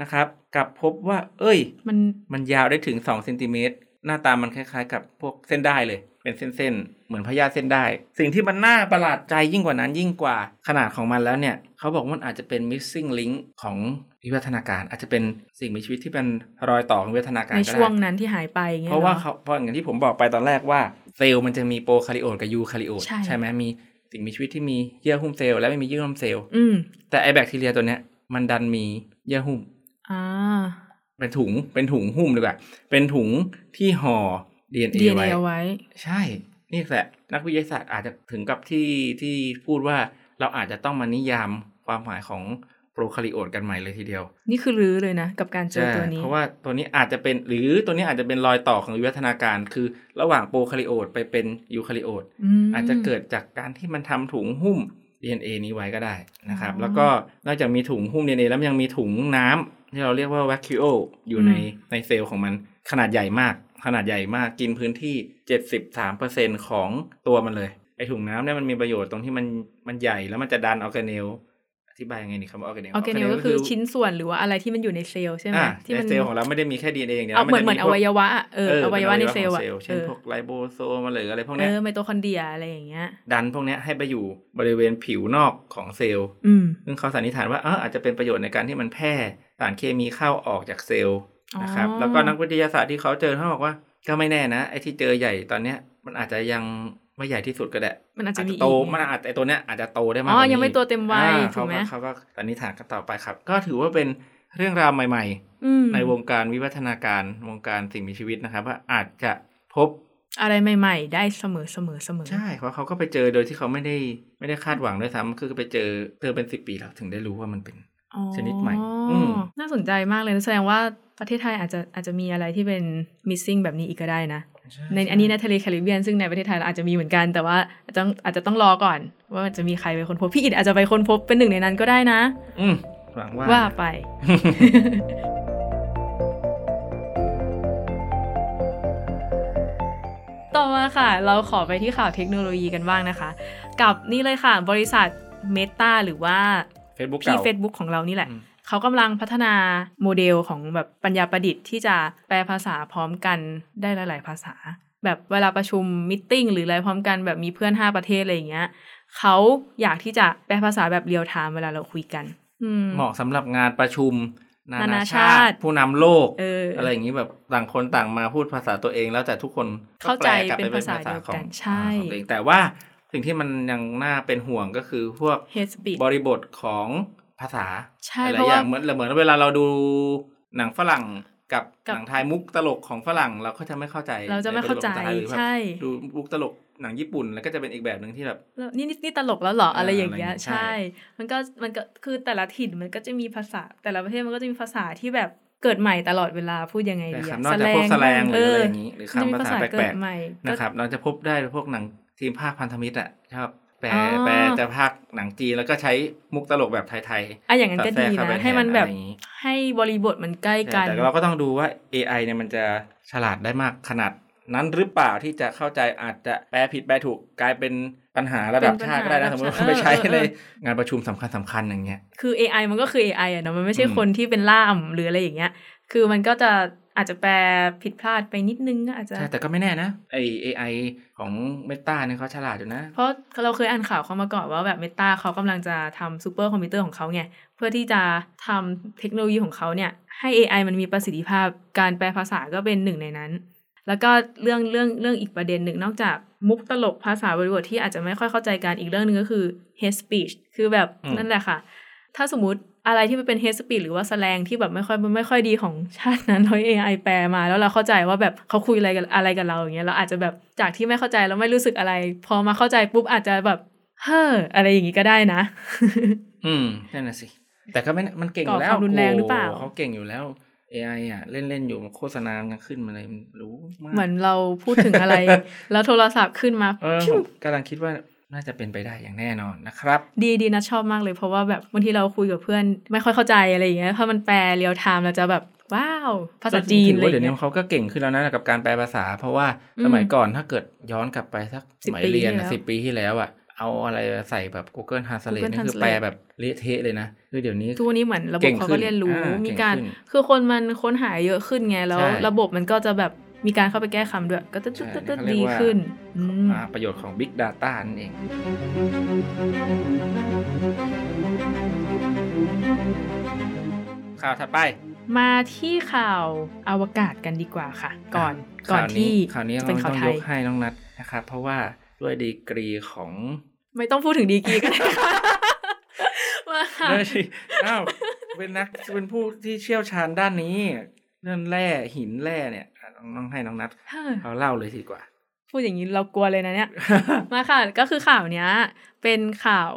S2: นะครับกลับพบว่า เอ้ย
S1: มัน
S2: มันยาวได้ถึง2เซนติเมตรหน้าตามันคล้ายๆ กับพวกเส้นได้เลย เป็นเส้นๆ เหมือนพญาเส้นได้ สิ่งที่มันน่าประหลาดใจยิ่งกว่านั้นยิ่งกว่าขนาดของมันแล้วเนี่ย เขาบอกว่ามันอาจจะเป็น missing link ของวิวัฒนาการ อาจจะเป็นสิ่งมีชีวิตที่เป็นรอยต่อของวิวัฒนาการ
S1: ใน
S2: ก็
S1: ช่วง
S2: ได้
S1: นั้นที่หายไปอย่งเงี้ย
S2: เพราะว่า
S1: หอ
S2: เขาเพราะอย่างที่ผมบอกไปตอนแรกว่าเซลล์มันจะมีโปรคาริโอตกับยูคาริโอต
S1: ใช่
S2: ไหมมีสิ่งมีชีวิตที่มีเยื่อหุ้มเซลล์และไม่มีเยื่อหุ้มเซลล์
S1: อืม
S2: แต่ไอแบคทีเรียตัวเนี้ยมันดันมีเยื่อหุ้ม
S1: อ่า
S2: เป็นถุงเป็นถุงหุ้มดีกว่าเป็นถุงที่ห่อ DNA ไว้
S1: DNA เอาไว้
S2: ใช่ นี่แหละ นักวิทยาศาสตร์อาจจะถึงกับที่ที่พูดว่าเราอาจจะต้องมานิยามความหมายของโปรคาริโอตกันใหม่เลยทีเดียว
S1: นี่คือรื้อเลยนะ กับการเจอตัวนี้
S2: เพราะว่าตัวนี้อาจจะเป็นหรือตัวนี้อาจจะเป็นรอยต่อของวิวัฒนาการ คือระหว่างโปรคาริโอตไปเป็นยูคาริโอต
S1: ม
S2: อาจจะเกิดจากการที่มันทำถุงหุ้ม DNA นี้ไว้ก็ได้นะครับ
S1: อ๋อ
S2: แล้วก็นอกจากมีถุงหุ้ม DNA แล้วมันยังมีถุงน้ำที่เราเรียกว่า vacuole อยู่
S1: อืม
S2: ในในเซลล์ของมันขนาดใหญ่มาก ขนาดใหญ่มากกินพื้นที่ 73%ของตัวมันเลยไอถุงน้ำเนี่ยมันมีประโยชน์ตรงที่มันมันใหญ่แล้วมันจะดันออร์แกเนล ธิบายยังไงนี่คำว่าออร์แกเนล
S1: ออร์แกเนลก็คือชิ้นส่วนหรือว่าอะไรที่มันอยู่ในเซลล์ใช่ไหม
S2: อ่า
S1: ที่
S2: ใน
S1: มัน
S2: เซลล์ของเราไม่ได้มีแค่ดีเอ็นเอย่างเดียว
S1: เอาเหมือน
S2: จะ
S1: เหมือนอ
S2: พก
S1: วัยวะอะเอออวัยวะในเซลล์อะ
S2: ของเช่นพวกไลโบโซมหรืออะไรพวก
S1: เอ
S2: เนี้ย
S1: อไมโตคอนเดรียอะไรอย่างเงี้ย
S2: ดันพวกเนี้ยให้ไปอยู่บริเวณผิวนอกของเซลล์
S1: อืม
S2: ซึ่งเขาสันนิษฐานว่าเอออาจจะเป็นประโยชน์ในการที่มันแพร่สารเคมีเข้าออกจากเซลล์นะครับ
S1: อ๋อ
S2: แล้วก็นักวิทยาศาสตร์ที่เขาเจอเขาบอกว่า ก็ไม่แน่นะไอ้ที่เจอใหญ่ตอนเนี้ย มันอาจจะยังไม่ใหญ่ที่สุดก็ได้
S1: มันอาจจะมีอีก
S2: โตมันอาจจะไอ้ตัวเนี้ยอาจจะโตได้มาก
S1: อ๋อ
S2: กว่านี้
S1: ยังไม่ตัวเต็มวัย
S2: อ่า
S1: ถูกไหม
S2: เขาก็สันนิษฐานกันต่อไปครับ ก็ถือว่าเป็นเรื่องราวใหม่
S1: อืม
S2: ๆ ในวงการวิวัฒนาการวงการสิ่งมีชีวิตนะครับ ว่าอาจจะพบ
S1: อะไรใหม่ ๆ ได้เสมอเสมอเสมอ
S2: ใช่เพราะเขาก็ไปเจอโดยที่เขาไม่ได้ไม่ได้คาดหวังด้วยซ้ำคือไปเจอเจอเป็นสิบปีแล้วถึงได้รู้ว่ามันเป็น
S1: อ๋อ
S2: ชนิดใหม่อืม
S1: น่าสนใจมากเลยนะแสดงว่าประเทศไทยอาจจะอาจจะมีอะไรที่เป็น missing แบบนี้อีกก็ได้นะ ในอันนี้ในทะเลแคริบเบียนซึ่งในประเทศไทยเราอาจจะมีเหมือนกันแต่ว่าอาจจะต้องอาจจะต้องรอก่อน ว่ามันจะมีใครไปค้นพบพี่อิดอาจจะไปค้นพบเป็นหนึ่งในนั้นก็ได้นะ
S2: อืมหวังว่า
S1: ว่า
S2: นะ
S1: ไป ต่อมาค่ะ เราขอไปที่ข่าวเทคโนโลยีกันบ้างนะคะ กับนี่เลยค่ะ บริษัท Meta หรือว่า
S2: Facebook
S1: พี่
S2: เก่า
S1: Facebook ของเรานี่แหละ
S2: อืม
S1: เขากำลังพัฒนาโมเดลของแบบปัญญาประดิษฐ์ที่จะแปลภาษาพร้อมกันได้หลาย ๆ ภาษา แบบเวลาประชุมมิทติ้งหรืออะไรพร้อมกันแบบมีเพื่อน 5 ประเทศอะไรอย่างเงี้ยเขาอยากที่จะแปลภาษาแบบเรียลไทม์เวลาเราคุยกัน อืม
S2: เหมาะสำหรับงานประชุม นา
S1: นา
S2: นา
S1: นาชา
S2: ชา
S1: ติ
S2: ติ ผู้นำโลก
S1: เอออ
S2: อะไรอย่างนี้แบบต่างคนต่างมาพูดภาษาตัวเองแล้วแต่ทุกคนก็
S1: เข้าใจ
S2: แลกลับไ
S1: เป็นภาษาเดียวกัน
S2: ของ
S1: ใช่
S2: ของตัวเองแต่ว่าสิ่งที่มันยังน่าเป็นห่วงก็คือพวก
S1: เฮสปีด
S2: บริบทของภาษา
S1: ใช่
S2: ห
S1: เพ
S2: ลา
S1: ราะ
S2: ยๆอ
S1: ว่า
S2: ย่างเหมือนเหมือนเวลาเราดูหนังฝรั่งกับ
S1: กับ
S2: หนังไทยมุกตลกของฝรั่งเราก็จะไม่เข้าใจ
S1: เราจะไม่เข้าใจ
S2: นบริบทของไทยหรือแบบ
S1: ใช่
S2: ดูมุกตลกหนังญี่ปุ่นแล้วก็จะเป็นอีกแบบหนึ่งที่แบบ
S1: แล้วนี่นี่นี่ตลกแล้วเหรออะไรอย่างเงี้ย
S2: อะไรอย่างเงี้ยใช่
S1: ใช่ มันก็มันก็คือแต่ละถิ่นมันก็จะมีภาษา แต่ละประเทศมันก็จะมีภาษาที่แบบเกิดใหม่ตลอดเวลาพูดยังไง
S2: แต่
S1: ดี
S2: คำนอกจากพวกแสลงหรืออะไรอย่าง
S1: นี้
S2: นี้หรือ
S1: มันจะ
S2: คำ
S1: มี
S2: ภา
S1: ภา
S2: ษา
S1: ษา
S2: แป
S1: เกิ
S2: ล
S1: ด
S2: ก
S1: ใหม่
S2: ๆ
S1: ก็
S2: นะครับ เราจะพบได้พวกหนังทีมภาคพันธมิตรอ่ะชอบแปล
S1: อ๋อ
S2: แปลจะภาคหนังจีนแล้วก็ใช้มุกตลกแบบไทย
S1: อ่ะอย่างนั้นก็ดี
S2: สอดแทรกเข้าไป
S1: นะให้มันแบบ
S2: อะไรอย่างงี้
S1: ให้บริบทมันใกล้
S2: ๆ
S1: กั
S2: ใช่
S1: น
S2: แต่เราก็ต้องดูว่า AI เนี่ยมันจะฉลาดได้มากขนาด นั้นหรือเปล่าที่จะเข้าใจอาจจะแปลผิดแปลถูกกลายเป็นปัญหาระดับ
S1: เป็นปัญหา
S2: ชาติก็ได้นะ
S1: ระดั
S2: ส
S1: บ
S2: มมติ
S1: ชาติ
S2: ว่าไปใช้
S1: เออเออ
S2: เลยงานประชุมสำคัญสคัญๆอย่างเงี้ย
S1: คือ AI มันก็คือ AI อะเนาะมันไม่ใช่
S2: อืม
S1: คนที่เป็นล่ามหรืออะไรอย่างเงี้ย คือมันก็จะอาจจะแปลผิดพลาดไปนิดนึงก็อาจจะ
S2: ใช่แต่ก็ไม่แน่นะไอเอไอของเมตาเนี่ยเขาฉลาดอยู่นะ
S1: เพราะเราเคยอ่านข่าวเขามาก่อนว่าแบบเมตาเขากำลังจะทำซูเปอร์คอมพิวเตอร์ของเขาไงเพื่อที่จะทำเทคโนโลยีของเขาเนี่ยให้ AI มันมีประสิทธิภาพการแปลภาษาก็เป็นหนึ่งในนั้น แล้วก็เรื่องเรื่องเรื่องอีกประเด็นหนึ่งนอกจากมุกตลกภาษาบริบทที่อาจจะไม่ค่อยเข้าใจกันอีกเรื่องหนึ่งก็คือ hate speech คือแบบ
S2: อืม
S1: นั่นแหละค่ะ ถ้าสมมติอะไรที่มันเป็น hate speech หรือว่าแสแลงที่แบบไม่ค่อยไม่ค่อยดีของชาตินั้น เรา AI แปลมาแล้วเราเข้าใจว่าแบบเขาคุยอะไรกันอะไรกับเราอย่างเงี้ยเราอาจจะแบบจากที่ไม่เข้าใจแล้วไม่รู้สึกอะไร พอมาเข้าใจปุ๊บอาจจะแบบเฮ้ออะไรอย่างงี้ก็ได้นะ
S2: อืมนั่นน่ะสิ แต่ก็ไม่น่ะมันเก่งอยู่แล้ว
S1: ก่อความรุนแรงหรือเปล่า
S2: โโเขาเก่งอยู่แล้ว AI อ่ะ เล่นเล่นๆอยู่โฆษณามันขึ้นมาเลยมันรู้มาก
S1: เหมือนเราพูดถึง อะไร แล้วโทรศัพท์ขึ้นมา
S2: เออผมกำลังคิดว่าน่าจะเป็นไปได้อย่างแน่นอนนะครับ
S1: ดีดีนะชอบมากเลย เพราะว่าแบบบางทีเราคุยกับเพื่อน ไม่ค่อยเข้าใจอะไรอย่างเงี้ยถ้ามันแปลเรียลไทม์เราจะแบบว้าวภาษาจีนอะ
S2: ถือ
S1: ไรอ
S2: ว่าเดี๋ย
S1: ย่าวง
S2: นี้
S1: เงี้ย
S2: เขาก็เก่งขึ้นแล้วนะกับการแปลภาษา เพราะว่า
S1: อืม
S2: สมัยก่อนถ้าเกิดย้อนกลับไปสัก
S1: สิ
S2: ส
S1: บ
S2: มัย
S1: ปี
S2: เรียน
S1: ที่แล้
S2: น่ะ
S1: ว
S2: สิบปีที่แล้วอ่ะ เอาอะไรใส่แบบ Google Translate
S1: Google
S2: นี่คือ
S1: Translate
S2: แปลแบบเละเทะเลยนะคือเดี๋ยวนี้
S1: ทุกวันนี้เหมือนระบ
S2: เก่
S1: บ
S2: ง
S1: เขา
S2: ขึ้
S1: ก็
S2: น
S1: เรียนรู้
S2: อ่ามี
S1: มีการ
S2: เก่งขึ้น
S1: คือคนมันค้นหาเยอะขึ้นไงแล้ว
S2: ใช่
S1: ระบบมันก็จะแบบมีการเข้าไปแก้คำด้วย ก็จะตึ๊ด
S2: ใช่
S1: ตึ๊ดตึ๊ด
S2: เขาเรียก
S1: ดี
S2: ว่า
S1: ขึ้นอืม
S2: อ่าประโยชน์ของ Big Data นั่นเอง ข่าวถัดไป
S1: มาที่ข่าวอวกาศกันดีกว่าค่ะ ก่อนก่อน
S2: ข่าว
S1: ที่
S2: ข่าวนี้
S1: จะ
S2: เรา
S1: เป็นข่าว
S2: ต้อง
S1: ไทย
S2: ยกให้น้องนัทนะครับ เพราะว่าด้วยดีกรีของ
S1: ไม่ต้องพูดถึงดีกรีกันค่ะมาค่ะ
S2: เอ้ยอ้าวเป็นนักเป็นผู้ที่เชี่ยวชาญด้านนี้เรื่องแร่หินแร่เนี่ยอ่ะต้องให้น้องนัท เอาเล่าเลยดีกว่า
S1: พูดอย่างนี้เรากลัวเลยนะเนี่ย มาค่ะ ก็คือข่าวเนี้ย เป็นข่าว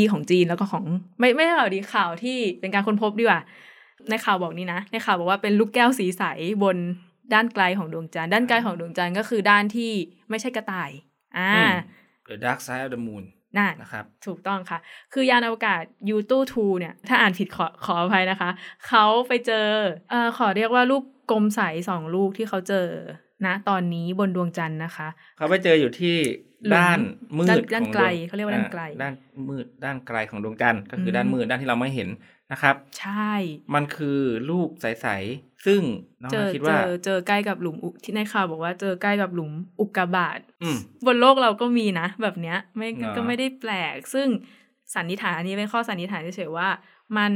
S1: ดีๆ ของจีนแล้วก็ของไม่ไม่ใช่ข่าวดีข่าวที่เป็นการค้นพบดีกว่า ในข่าวบอกนี่นะในข่าวบอกว่าเป็นลูกแก้วสีใสบนด้านไกลของดวงจันทร์ด้านไกลของดวงจันทร์ก็คือด้านที่ไม่ใช่กระต่ายอ่า
S2: อืม The Dark Side of the Moon
S1: น่า
S2: นะครับ
S1: ถูกต้องค่ะ คือยานอวกาศยูตูทูเนี่ย ถ้าอ่านผิดขอขออภัยนะคะ เขาไปเจอเอ่อขอเรียกว่าลูกกลมใสสองลูกที่เขาเจอ ณตอนนี้บนดวงจันทร์นะคะ
S2: เขาไปเจออยู่ที่ด้านมืด
S1: ด้านด้าน
S2: ของ
S1: ไกล
S2: ดวง
S1: เขาเรียกว่าด้านไกล
S2: อ่ด้านมืดด้านไกลของดวงจันทร์ก็คืออ
S1: ม
S2: ด้านมืดด้านที่เราไม่เห็นนะครับ
S1: ใช่
S2: มันคือลูกใสๆซึ่งน้อง
S1: เจอ
S2: คิด
S1: เจ
S2: ว่า
S1: อเจอใกล้กับหลุมอุที่ในข่าวบอกว่าเจอใกล้กับหลุมอุกกาบาต
S2: อืม
S1: บนโลกเราก็มีนะ แบบเนี้ยไม่
S2: เหรอ
S1: ก็ไม่ได้แปลก ซึ่งสันนิษฐานอันนี้เป็นข้อสันนิษฐานเฉยๆว่ามัน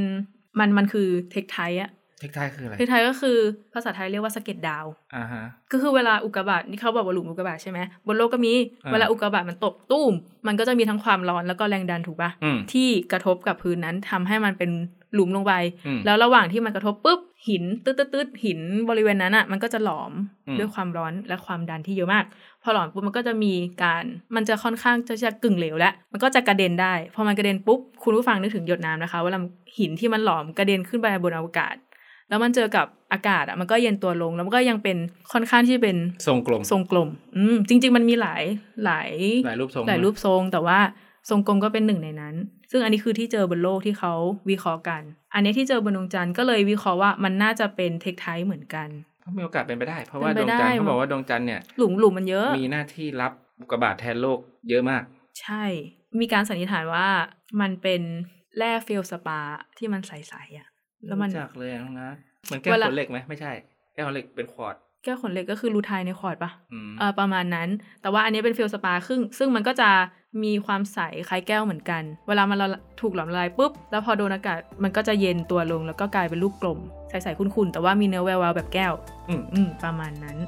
S1: มันมันคือเทคไทอะ
S2: เทคไทายคืออะไร
S1: เทคไทก็คือภาษาไทยเรียกว่าสะเก็ดดาว
S2: อ่าฮะ
S1: ก็คือเวลาอุกกาบาตนี่เขาบอกว่าหลุมอุกกาบาตใช่ไหมบนโลกก็มี
S2: อ่า
S1: เวลาอุกกาบาตมันตกตุ้ม มันก็จะมีทั้งความร้อนแล้วก็แรงดันถูกปะ
S2: อืม
S1: ที่กระทบกับพื้นนั้นทำให้มันเป็นหลุมลงไป
S2: อืม
S1: แล้วระหว่างที่มันกระทบปุ๊บหินตืดๆๆหินบริเวณนั้นอ่ะมันก็จะหลอม
S2: อืม
S1: ด้วยความร้อนและความดันที่เยอะมาก พอหลอมปุ๊บมันก็จะมีการมันจะค่อนข้างจะจะกึ่งเหลวแล้วมันก็จะกระเด็นได้พอมันกระเด็นปุ๊บคุณผู้ฟังนึกถึงหยดน้ำนะคะเวลาหินที่มันหลอมกระเด็นขึ้นไปบนอวกาศ แล้วมันเจอกับอากาศอ่ะมันก็เย็นตัวลงแล้วมันก็ยังเป็นค่อนข้างที่จะเป็น
S2: ทรงกลม
S1: ทรงกลมอืมจริง ๆ มันมีหลายหลาย
S2: หลายรูปทรง
S1: หลายรูปทรงแต่ว่าทรงกลมก็เป็นหนึ่งในนั้น ซึ่งอันนี้คือที่เจอบนโลกที่เขาวิเคราะห์กัน อันนี้ที่เจอบนดวงจันทร์ก็เลยวิเคราะห์ว่ามันน่าจะเป็นเทคไทเหมือนกัน
S2: ก็มีโอกาสเป็นไปได้ เพราะว่า
S1: เป็นไป
S2: ดวง
S1: ได้
S2: จันทร์เขาบอกว่าดวงจันทร์เนี่ย
S1: หลุมหลุมมันเยอะ
S2: มีหน้าที่รับอุกกาบาตแทนโลกเยอะมาก
S1: ใช่ มีการสันนิษฐานว่ามันเป็นแร่เฟลสปาที่มันใสๆอะ่ะ แล้วมัน
S2: รู้จักเลยอะน้องนะเหมือนแก้ว
S1: เวลา
S2: ขนเหล็กไหมไม่ใช่ แก้วขนเหล็กเป็นควอร์ด
S1: แก้วขนเหล็กก็คือรูไทในคอร์ดปะ
S2: อืม
S1: เออประมาณนั้น แต่ว่าอันนี้เป็นเฟลสปาซึ่งซึ่งมันก็จะมีความใสคล้ายแก้วเหมือนกัน เวลามันละถูกหลอมละลายปุ๊บ แล้วพอโดนอากาศมันก็จะเย็นตัวลงแล้วก็กลายเป็นลูกกลมใสๆขุ่นๆแต่ว่ามีเนื้อแววๆแบบแก้ว
S2: อืม
S1: อืม ประมาณนั้น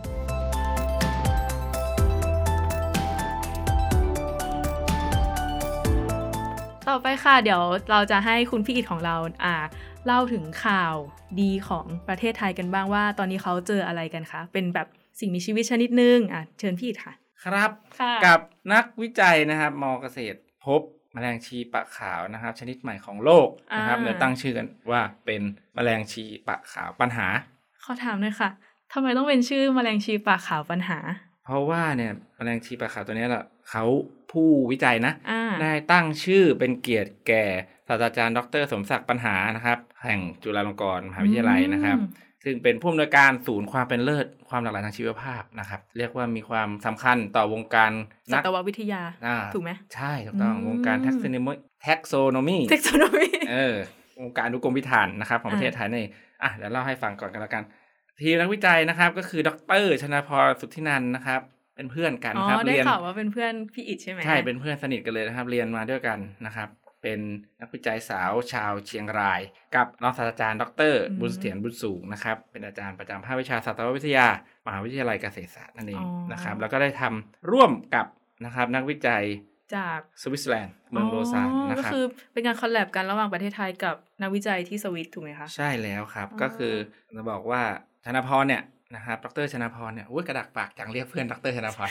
S1: ต่อไปค่ะ เดี๋ยวเราจะให้คุณพี่อิดของเราอ่า เล่าถึงข่าวดีของประเทศไทยกันบ้างว่า ตอนนี้เขาเจออะไรกันคะ เป็นแบบสิ่งมีชีวิตชนิดหนึงอ่ะเชิญพี่อิดค่ะ
S2: ครับ
S1: ค่ะ
S2: กับนักวิจัยนะครับมอเกษตรพบแมลงชีปะขาวนะครับ ชนิดใหม่ของโลกนะครับ
S1: อ่า
S2: เดี๋ยวตั้งชื่อกันว่าเป็นแมลงชีปะขาวปัญหา
S1: ขอถามหน่อยค่ะทำไมต้องเป็นชื่อแมลงชีปากขาวปัญหา
S2: เพราะว่าเนี่ยแมลงชีปะขาวตัวเนี้ยแหละเขาผู้วิจัยนะ
S1: อ่า
S2: ได้ตั้งชื่อเป็นเกียรติแก่ศาสตราจารย์ดรสมศักดิ์ปัญหานะครับ แห่งจุฬาลงกรณ์มหาวิทยาลัยนะครับ
S1: อืม
S2: ซึ่งเป็นผู้อำนวยการศูนย์ความเป็นเลิศความหลากหลายทางชีวภาพนะครับ เรียกว่ามีความสำคัญต่อวงการ
S1: สั
S2: นัก
S1: ตววิทยา
S2: อ่า
S1: ถูกไหม
S2: ใช่ถูกต้อง
S1: อืม
S2: วงการ taxonomy taxonomy
S1: เทคโนโลยี
S2: เออองค์การดูกรมพิธานนะครับ ของประเทศ
S1: อ่า
S2: ไทยนี่นเองอ่ะเดี๋ยวเล่าให้ฟังก่อนกันแล้วกัน ทีมนักวิจัยนะครับ ก็คือดรชนาพรสุทธินันท์นะครับ เป็นเพื่อนกัน
S1: อ๋อ
S2: ครับ
S1: ได้
S2: เรียน
S1: ข่าวว่าเป็นเพื่อนพี่อิดใช่ไหม
S2: ใช่ เป็นเพื่อนสนิทกันเลยนะครับ เรียนมาด้วยกันนะครับ เป็นนักวิจัยสาวชาวเชียงราย กับรองศาสตราจารย์ดร
S1: อืม
S2: บุญเสถียรบุญสูงนะครับ เป็นอาจารย์ประจำภาควิชาสัตววิทยา มหาวิทยาลัยเกษตรศาสตร์นั่นเองนะครับ แล้วก็ได้ทำร่วมกับนะครับนักวิจัย
S1: จาก
S2: สวิตเซอร์แลนด์เมืองโลซานนะ
S1: ก็
S2: ครับ
S1: คือเป็นการคอลแลบกันระหว่างประเทศไทยกับนักวิจัยที่สวิตถูกไหมคะ
S2: ใช่แล้วครับ
S1: อ๋อ
S2: ก็คือจะบอกว่าชนาพรเนี่ยนะครับ ดรชนาพรเนี่ยอุ้ยกระดักปากจังเรียกเพื่อนดรชนาพร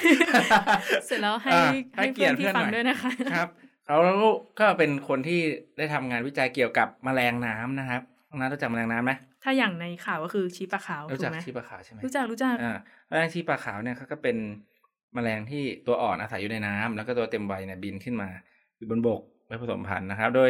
S1: เสร็จแล้วให้
S2: อ่ะ
S1: ให้เพื่อนที่ฟังด้วยนะคะ
S2: ครับเขาก็เป็นคนที่ได้ทำงานวิจัยเกี่ยวกับแมลงน้ำนะครับน้องนัทรู้จักแมลงน้ำไหม
S1: ถ้าอย่างในข่าวก็คือชีปลาขาว
S2: รู้
S1: ถู
S2: จั
S1: ก
S2: ก
S1: ไหม
S2: ชีปะขาวใช่ไหม
S1: รู้จักรู้จัก
S2: อ่าแมลงชีปะขาวเนี่ยเขาก็เป็นแมลงที่ตัวอ่อนอาศัยอยู่ในน้ำแล้วก็ตัวเต็มวัยเนี่ยบินขึ้นมาอยู่บนบกไม่ผสมพันธุ์นะครับ โดย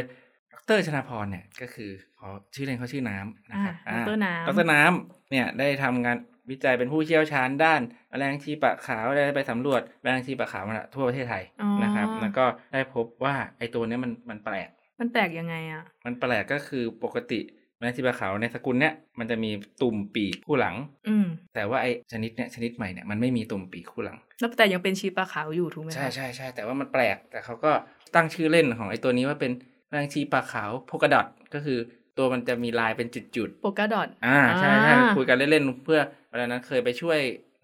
S2: ดรชนาพรเนี่ยก็คือเขาชื่อเล่นเขาชื่อน้ำนะ
S1: อ่า
S2: ครับ
S1: ด
S2: อ่า
S1: รน้ำ
S2: ดรน้ำเนี่ยได้ทำงานวิจัยเป็นผู้เชี่ยวชาญด้านแมลงชีปะขาวได้ไปสำรวจแมลงชีปะขาวมาทั่วประเทศไทย
S1: อ๋อ
S2: นะครับ แล้วก็ได้พบว่าไอตัวเนี้ยมันมันแปลก
S1: มันแปลกยังไงอ่ะ
S2: มันแปลกก็คือปกติแมลงชีปะขาวในสกุลเนี้ยมันจะมีตุ่มปีกคู่หลัง
S1: อืม
S2: แต่ว่าไอชนิดเนี้ยชนิดใหม่เนี่ยมันไม่มีตุ่มปีกคู่หลัง
S1: แล้วแต่ยังเป็นชีปลาขาวอยู่ถูกไหมคะ
S2: ใช่ใช่ใช่แต่ว่ามันแปลกแต่เขาก็ตั้งชื่อเล่นของไอตัวนี้ว่าเป็นแมลงชีปะขาวโพกดอทก็คือตัวมันจะมีลายเป็นจุดๆ
S1: โปกาดอท
S2: อ่าใช่ใช่
S1: อ่า
S2: คุยกันเล่นๆเพื่อเวลานั้นเคยไปช่วย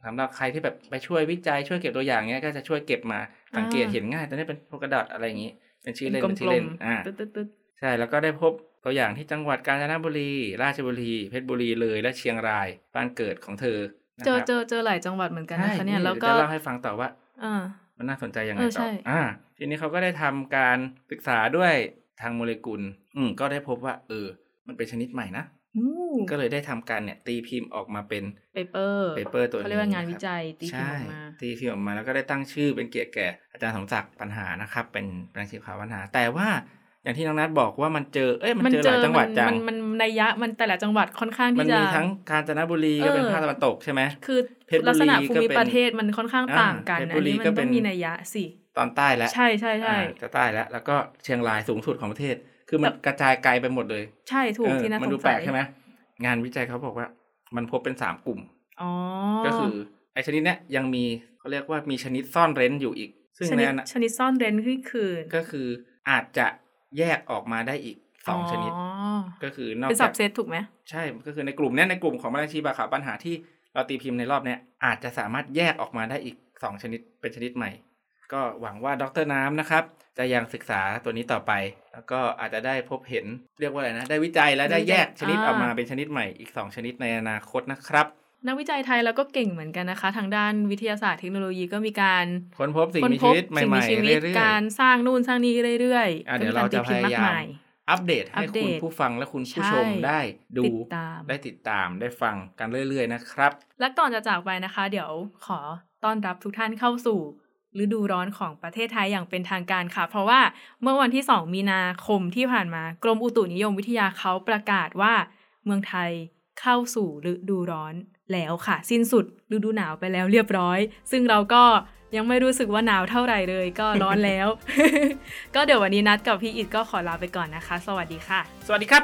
S2: สำหรับใครที่แบบไปช่วยวิจัยช่วยเก็บตัวอย่างเงี้ยก็จะช่วยเก็บมาสังเกตเห็นง่ายตอนนี้เป็นโพกระดอทอะไรอย่างงี้ เป็นชื่อเล่น
S1: กล
S2: เป็นชื่อ
S1: ม
S2: เล่นอ่า
S1: ๆตึ๊ดๆๆ
S2: ใช่แล้วก็ได้พบตัวอย่างที่จังหวัดกาญจนบุรี ราชบุรี เพชรบุรีเลยและเชียงรายบ้านเกิดของเธอนะ
S1: เจ
S2: ค
S1: อ
S2: รับ
S1: เจอเจอหลายจังหวัดเหมือนกันนะคะเนี่ย
S2: ใช่
S1: แล้วก็
S2: ดี๋ยจะเล่าให้ฟังต่อว่า
S1: อ่า
S2: มันน่าสนใจยังไง
S1: เออ
S2: ต่
S1: ใช่
S2: ออ่า ทีนี้เขาก็ได้ทำการศึกษาด้วยทางโมเลกุล อืมก็ได้พบว่า เออ มันเป็นชนิดใหม่นะ
S1: อู้
S2: ก็เลยได้ทำการเนี่ยตีพิมพ์ออกมาเป็น
S1: เปเปอร์
S2: เปเปอร์ตัวนี้
S1: เขาเรียกว่างานวิจัยตีพิมพ์
S2: ใช่
S1: ออกมา
S2: ตีพิมพ์ออกมาแล้วก็ได้ตั้งชื่อเป็นเกียรติแก่อาจารย์สมศักดิ์ปัญหานะครับ เป็นแปลงชีพขาวปัญหา แต่ว่า อย่างที่น้องนัทบอกว่ามันเจอเอ้ยมัน
S1: มัน
S2: เจอ
S1: เจอ
S2: หลายจังหวัดจัง
S1: มันมันมันในยะมันแต่ละจังหวัดค่อนข้าง
S2: มั
S1: ที่
S2: น
S1: จะ
S2: มีทั้งกาญจนบุรีก็เป็น
S1: เออ
S2: ภาคตะวันตกใช่ไหม
S1: คือ
S2: เพชรบุรี
S1: ลักษณะภูมิ
S2: ก็เป็น
S1: ประเทศมันค่อนข้าง
S2: อ่า
S1: ต่างกันอั
S2: เพชรบุ
S1: น
S2: รี
S1: นี้มัน
S2: ก็
S1: ต้
S2: เป็
S1: อน งมีนัยยะสิ
S2: ตอนใต้แล้ว
S1: ใช่ใช่ใช่
S2: อ่าจะใต้แล้ว แล้วก็เชียงรายสูงสุดของประเทศ คือมัน
S1: แต่
S2: กระจายไกลไปหมดเลย
S1: ใช่ถูก
S2: เออ
S1: ที่น่า
S2: มั
S1: ส
S2: ดู
S1: ง
S2: แปล
S1: สั
S2: ก
S1: ย
S2: ใช่ไหมงานวิจัยเขาบอกว่า มันพบเป็นสามกลุ่ม
S1: อ๋อ
S2: ก็คือไอชนิดเนี้ยยังมีเขาเรียกว่ามีชนิดซ่อนเร้นอยู่อีก ซึ่ง
S1: ช
S2: ใน
S1: นิด
S2: อันนั้น
S1: ชนิดซ่อนเร้นที่คือ
S2: ก็คืออาจจะแยกออกมาได้อีกสองชนิด
S1: อ๋อ
S2: ก็คือนอก
S1: เป็นสั
S2: จาก
S1: บเซตถูกไหม
S2: ใช่ก็คือในกลุ่มเนี้ยในกลุ่มของมาราชีบาขาวปัญหาที่เราตีพิมพ์ในรอบเนี้ยอาจจะสามารถแยกออกมาได้อีกสองชนิดเป็นชนิดใหม่ ก็หวังว่าดรน้ำนะครับ จะยังศึกษาตัวนี้ต่อไป แล้วก็อาจจะได้พบเห็นเรียกว่าอะไรนะ ได้วิจัยและได้แยกชนิดออกมาเป็นชนิดใหม่อีกสองชนิดในอนาคตนะครับ
S1: นักวิจัยไทยเราก็เก่งเหมือนกันนะคะ ทางด้านวิทยาศาสตร์เทคโนโลยีก็มีการ
S2: ค้นพบสิ่ง
S1: ค้น
S2: มี
S1: พ
S2: ชี
S1: บ
S2: วิตให
S1: สิ่งมี
S2: ม่
S1: ชี
S2: ๆ
S1: วิต
S2: เรื่อย
S1: การสร้างนู่นสร้างนี่เรื่อย
S2: ๆอ่ะ
S1: ก็
S2: เดี๋ย
S1: มีการตี
S2: วเราจะพ
S1: พิมพ์าก
S2: ยามยาม
S1: มาย
S2: อัปเดตให้
S1: อัปเด
S2: คุณ
S1: ต
S2: ผู้ฟังและคุณผู้ชม
S1: ใช่
S2: ได้ดู
S1: ติดตาม
S2: ได้ติดตามได้ฟังกันเรื่อยๆนะครับ
S1: และก่อนจะจากไปนะคะ เดี๋ยวขอต้อนรับทุกท่านเข้าสู่ฤดูร้อนของประเทศไทยอย่างเป็นทางการค่ะ เพราะว่าเมื่อวันที่ 2 มีนาคมที่ผ่านมากรมอุตุนิยมวิทยาเขาประกาศว่า เมืองไทยเข้าสู่ฤดูร้อนแล้วค่ะ สิ้นสุดฤดูหนาวไปแล้วเรียบร้อย ซึ่งเราก็ยังไม่รู้สึกว่าหนาวเท่าไหร่เลย ก็ร้อน แล้ว ก็เดี๋ยววันนี้นัดกับพี่อิดก็ขอลาไปก่อนนะคะ สวัสดีค่ะ
S2: สวัสดีครับ